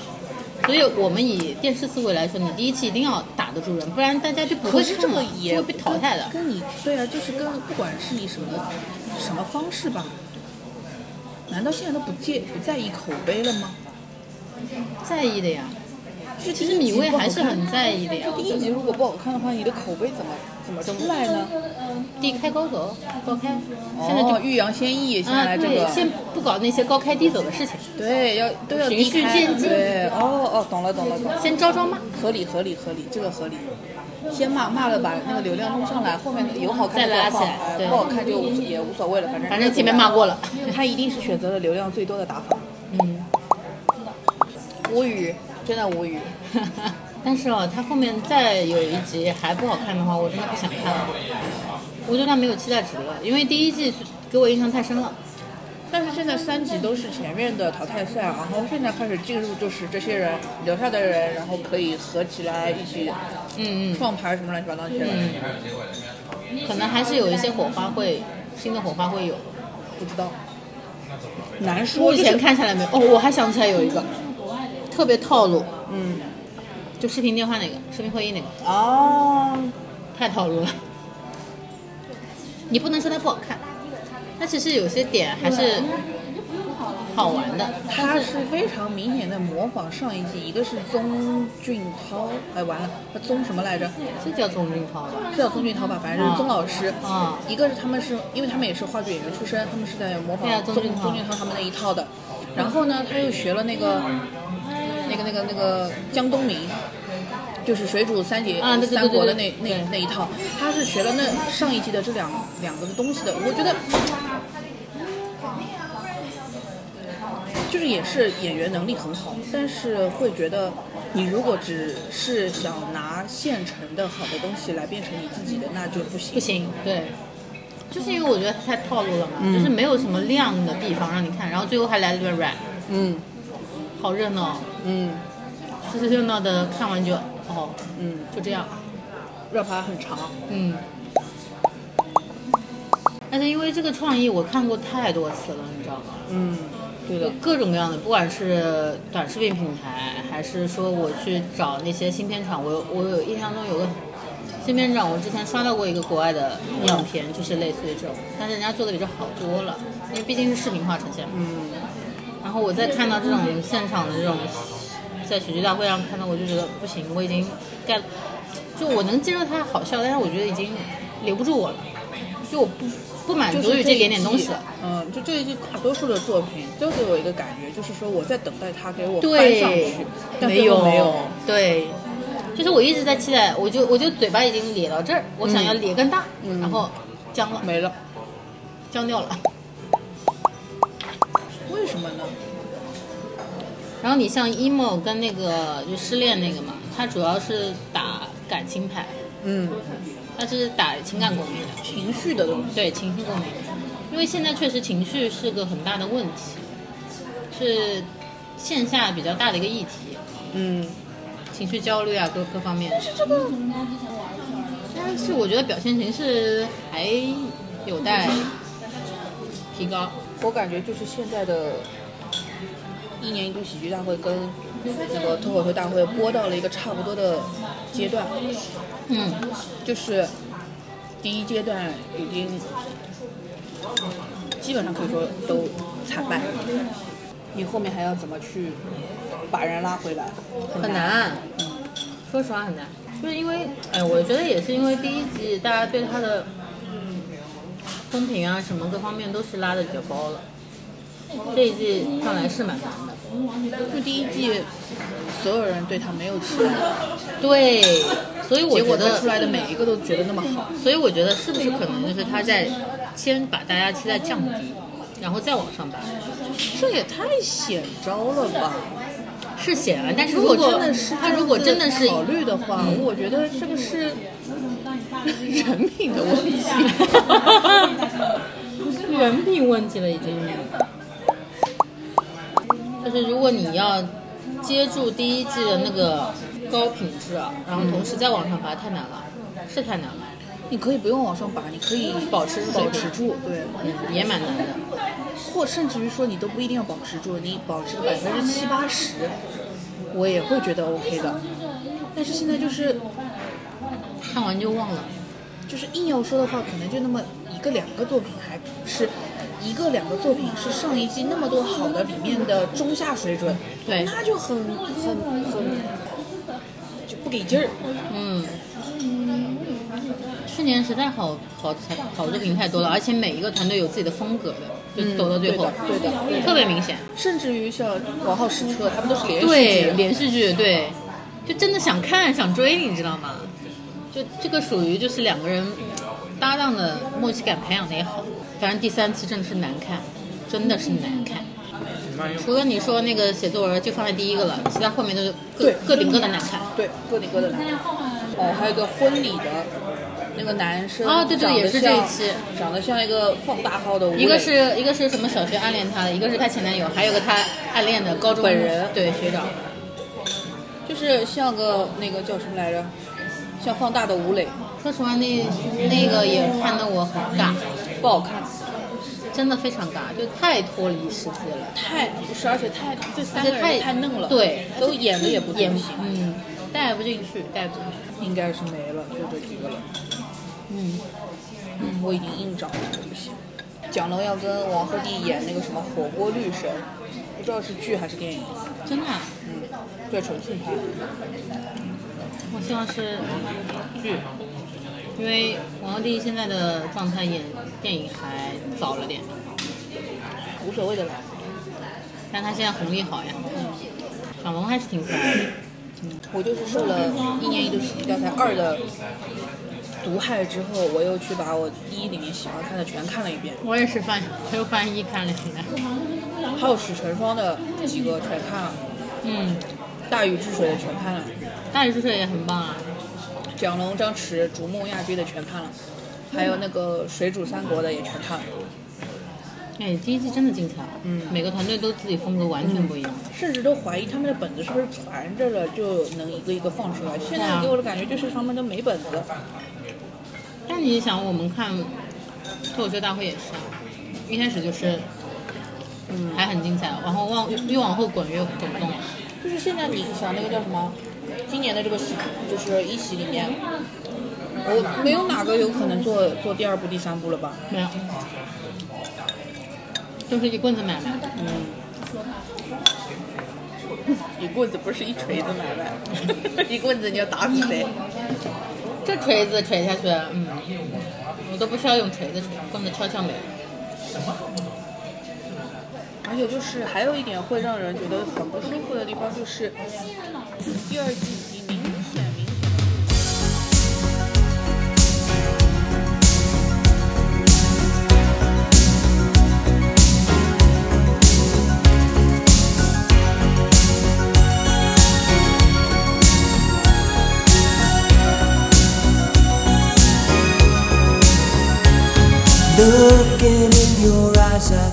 Speaker 2: 所以我们以电视思维来说，你第一期一定要打得住人，不然大家就不会
Speaker 1: 可是
Speaker 2: 看
Speaker 1: 这个
Speaker 2: 了，
Speaker 1: 也
Speaker 2: 就会被淘汰的。
Speaker 1: 跟你对啊，就是跟不管是以什么什么方式吧，难道现在都不介不在意口碑了吗？
Speaker 2: 在意的呀，
Speaker 1: 就
Speaker 2: 其实米未还是很在意的呀。
Speaker 1: 第一集如果不好看的话，你的口碑怎么怎么出来呢？
Speaker 2: 低开高走，高开，现在就
Speaker 1: 哦、欲扬先抑，现
Speaker 2: 啊，
Speaker 1: 在这
Speaker 2: 对，
Speaker 1: 个、
Speaker 2: 先不搞那些高开低走的事情，
Speaker 1: 对要都要
Speaker 2: 循
Speaker 1: 低
Speaker 2: 序
Speaker 1: 开
Speaker 2: 渐进
Speaker 1: 对，哦哦，懂了懂了懂了，
Speaker 2: 先招招骂，
Speaker 1: 合理合理合理，这个合理。先骂骂了，把那个流量弄上来，后面有好看
Speaker 2: 再
Speaker 1: 就
Speaker 2: 拉起
Speaker 1: 放
Speaker 2: 来
Speaker 1: 哎
Speaker 2: 对
Speaker 1: 不好看就无所也无所谓了，反正
Speaker 2: 反正前面骂
Speaker 1: [laughs]
Speaker 2: 过了。
Speaker 1: 他一定是选择了流量最多的打法。
Speaker 2: 嗯，
Speaker 1: 无语，真的无语。 [laughs]
Speaker 2: 但是哦，他后面再有一集还不好看的话，我真的不想看了。我对他没有期待值了，因为第一季给我印象太深了。
Speaker 1: 但是现在三集都是前面的淘汰赛，啊然后现在开始进入就是这些人留下的人，然后可以合起来一起
Speaker 2: 嗯嗯，
Speaker 1: 创牌什么乱七八糟这些人，
Speaker 2: 嗯
Speaker 1: 嗯
Speaker 2: 可能还是有一些火花会，新的火花会有。
Speaker 1: 不知道，难
Speaker 2: 目
Speaker 1: 说。
Speaker 2: 前
Speaker 1: 就是
Speaker 2: 看下来没有？哦，我还想起来有一个特别套路，
Speaker 1: 嗯
Speaker 2: 就视频电话那个，视频会议那个，
Speaker 1: 啊，
Speaker 2: 太套路了。你不能说它不好看，它其实有些点还是好玩的。
Speaker 1: 他是非常明显的模仿上一季，一个是宗俊涛，哎完了，他宗什么来着？
Speaker 2: 这叫宗俊涛吧？
Speaker 1: 是叫宗俊涛吧，反正
Speaker 2: 嗯
Speaker 1: 就是宗老师。
Speaker 2: 啊
Speaker 1: 一个是他们是因为他们也是话剧演员出身，他们是在模仿
Speaker 2: 对啊宗
Speaker 1: 宗
Speaker 2: 俊涛
Speaker 1: 宗俊涛他们那一套的。然后呢，他又学了那个那个那个那个江东明，就是水煮三姐、
Speaker 2: 啊对对对
Speaker 1: 三国的那
Speaker 2: 对
Speaker 1: 那
Speaker 2: 对
Speaker 1: 那一套，他是学了那上一季的这两两个的东西的，我觉得。就是也是演员能力很好，但是会觉得，你如果只是想拿现成的好的东西来变成你自己的，那就不行。
Speaker 2: 不行，对，就是因为我觉得他太套路了嘛，就是没有什么亮的地方让你看，然后最后还来了段 rap，
Speaker 1: 嗯
Speaker 2: 好热闹，
Speaker 1: 嗯
Speaker 2: 就是热闹的看完就哦，
Speaker 1: 嗯
Speaker 2: 就这样，
Speaker 1: ，rap 还很长，
Speaker 2: 嗯。但是因为这个创意我看过太多次了，你知道吗？
Speaker 1: 嗯，对
Speaker 2: 有
Speaker 1: 的，
Speaker 2: 各种各样的，不管是短视频平台，还是说我去找那些新片场，我有我有印象中有个新片场，我之前刷到过一个国外的样片，就是类似于这种，但是人家做的比这好多了，因为毕竟是视频化呈现嘛。
Speaker 1: 嗯
Speaker 2: 然后我再看到这种现场的这种，在喜剧大会上看到，我就觉得不行，我已经 get，就我能接受它好笑，但是我觉得已经留不住我了，就我不不满
Speaker 1: 就是
Speaker 2: 足于
Speaker 1: 这
Speaker 2: 这
Speaker 1: 一
Speaker 2: 点点
Speaker 1: 季
Speaker 2: 东西了。。
Speaker 1: 嗯，就这一季大多数的作品都给我一个感觉，就是说我在等待他给我翻
Speaker 2: 对，
Speaker 1: 上去，但
Speaker 2: [laughs] 没
Speaker 1: 最后
Speaker 2: 有
Speaker 1: 没有。
Speaker 2: 对，就是我一直在期待，我就我就嘴巴已经咧到这儿，我想要咧更大，
Speaker 1: 嗯
Speaker 2: 然后僵了，
Speaker 1: 没了，
Speaker 2: 僵掉了。
Speaker 1: 为什么呢？
Speaker 2: 然后你像 emo 跟那个就失恋那个嘛，他主要是打感情牌，
Speaker 1: 嗯，
Speaker 2: 他是打情感共鸣的，
Speaker 1: 情绪的东西。
Speaker 2: 对情绪共鸣，因为现在确实情绪是个很大的问题，是线下比较大的一个议题，
Speaker 1: 嗯，
Speaker 2: 情绪焦虑啊，各各方面。但是我觉得表现形式还有待提高。
Speaker 1: 我感觉就是现在的。一年一度喜剧大会跟那个脱口秀大会播到了一个差不多的阶段，
Speaker 2: 嗯，
Speaker 1: 就是第一阶段已经基本上可以说都惨败，你后面还要怎么去把人拉回来？
Speaker 2: 很难，啊说实话很难，就是因为，哎，我觉得也是因为第一季大家对他的风评啊什么各方面都是拉的比较高了，这一季上来是蛮难的。
Speaker 1: 就第一季，所有人对他没有期待，
Speaker 2: 对，所以我
Speaker 1: 结
Speaker 2: 觉
Speaker 1: 果
Speaker 2: 得
Speaker 1: 他出来的每一个都觉得那么好。
Speaker 2: 所以我觉得是不是可能就是他在先把大家期待降低，然后再往上拔，
Speaker 1: 这也太显招了吧！
Speaker 2: 是显然。但是
Speaker 1: 如
Speaker 2: 果
Speaker 1: 真的是
Speaker 2: 他如果真的是嗯
Speaker 1: 考虑
Speaker 2: [laughs]
Speaker 1: 的话，我觉得这个是人品的问题。 [laughs]
Speaker 2: 人品问题了已经，就是如果你要接住第一季的那个高品质啊，然后同时再往上拔，太难了，是太难了，
Speaker 1: 你可以不用往上拔，你可以
Speaker 2: 保持
Speaker 1: 保持住，对。
Speaker 2: 嗯，也蛮难的。
Speaker 1: 或甚至于说你都不一定要保持住，你保持个百分之七八十，我也会觉得 OK 的。但是现在就是
Speaker 2: 看完就忘了，
Speaker 1: 就是硬要说的话，可能就那么一个两个作品，还是一个两个作品是上一季那么多好的里面的中下水准，
Speaker 2: 对
Speaker 1: 那就很很很就不给劲儿。
Speaker 2: 嗯。去年实在好好好作品太多了，而且每一个团队有自己的风格的，就走到最后，
Speaker 1: 嗯对的对
Speaker 2: 特别明显。
Speaker 1: 甚至于像王浩失车，他们都是连续
Speaker 2: 对，
Speaker 1: 剧，啊
Speaker 2: 连续剧，对，就真的想看想追，你知道吗？就这个属于就是两个人搭档的默契感培养的也好，反正第三期真的是难看，真的是难看。除了你说那个写作文就放在第一个了，其他后面都是各
Speaker 1: 对
Speaker 2: 各顶各的难看。
Speaker 1: 对各顶各的难。哦，还有一个婚礼的。那个男生
Speaker 2: 啊对对
Speaker 1: 长得
Speaker 2: 也是这一
Speaker 1: 像
Speaker 2: 期
Speaker 1: 长得像一个放大号的吴
Speaker 2: 一个
Speaker 1: 磊
Speaker 2: 是一个是什么小学暗恋他的，一个是他前男友，还有个他暗恋的高中
Speaker 1: 本人
Speaker 2: 对学长，
Speaker 1: 就是像个那个叫什么来着，像放大的吴磊，
Speaker 2: 说实话那那个也看得我很尬，
Speaker 1: 不好看，
Speaker 2: 真的非常尬，就太脱离实际了。
Speaker 1: 太不是，而且太这三
Speaker 2: 这
Speaker 1: 个人
Speaker 2: 太
Speaker 1: 都太嫩了，
Speaker 2: 对，
Speaker 1: 都演的也不
Speaker 2: 演
Speaker 1: 怎么行，
Speaker 2: 嗯，带不进去，带不进去。
Speaker 1: 应该是没了，就这几个了。
Speaker 2: 嗯，
Speaker 1: 嗯， [clears throat] 我已经硬找了，对不起。蒋龙要跟王鹤棣演那个什么火锅律神，不知道是剧还是电影，
Speaker 2: 真的啊、
Speaker 1: 嗯，对，重庆拍。
Speaker 2: 我希望是剧，因为王鹤棣现在的状态演电影还早了点，
Speaker 1: 无所谓的啦，
Speaker 2: 但他现在红利好呀。蒋龙还是挺可爱的，
Speaker 1: 我就是受了一年一度喜剧大赛二的毒害之后，我又去把我一里面喜欢看的全看了一遍，
Speaker 2: 我也是翻又翻译看了一下，
Speaker 1: 还有史成双的几个全看了，
Speaker 2: 嗯，
Speaker 1: 大禹治水的全看了，
Speaker 2: 大禹治水也很棒啊，
Speaker 1: 蒋龙、张弛、逐梦、亚军的全看了，还有那个水煮三国的也全看了。
Speaker 2: 哎，第一季真的精彩，嗯，每个团队都自己风格完全不一样，
Speaker 1: 甚至都怀疑他们的本子是不是传着了就能一个一个放出来。现在给我的感觉就是他们都没本子了。
Speaker 2: 但你想，我们看脱口秀大会也是啊，一开始就是，嗯，还很精彩，然后往越往后滚越走不动了。
Speaker 1: 就是现在你想那个叫什么，今年的这个喜就是一喜里面，我没有哪个有可能做做第二部、第三部了吧？
Speaker 2: 没有，就是一棍子买卖。
Speaker 4: 一棍子不是一锤子买卖，
Speaker 1: [laughs]
Speaker 4: 一棍子你要打死谁？
Speaker 2: 这锤子锤下去，嗯，我都不需要用锤子锤，棍子敲敲没了。
Speaker 1: 而且就是还有一点会让人觉得很不舒服的地方，就是第二季已经明显明显地
Speaker 5: Looking in your eyes, I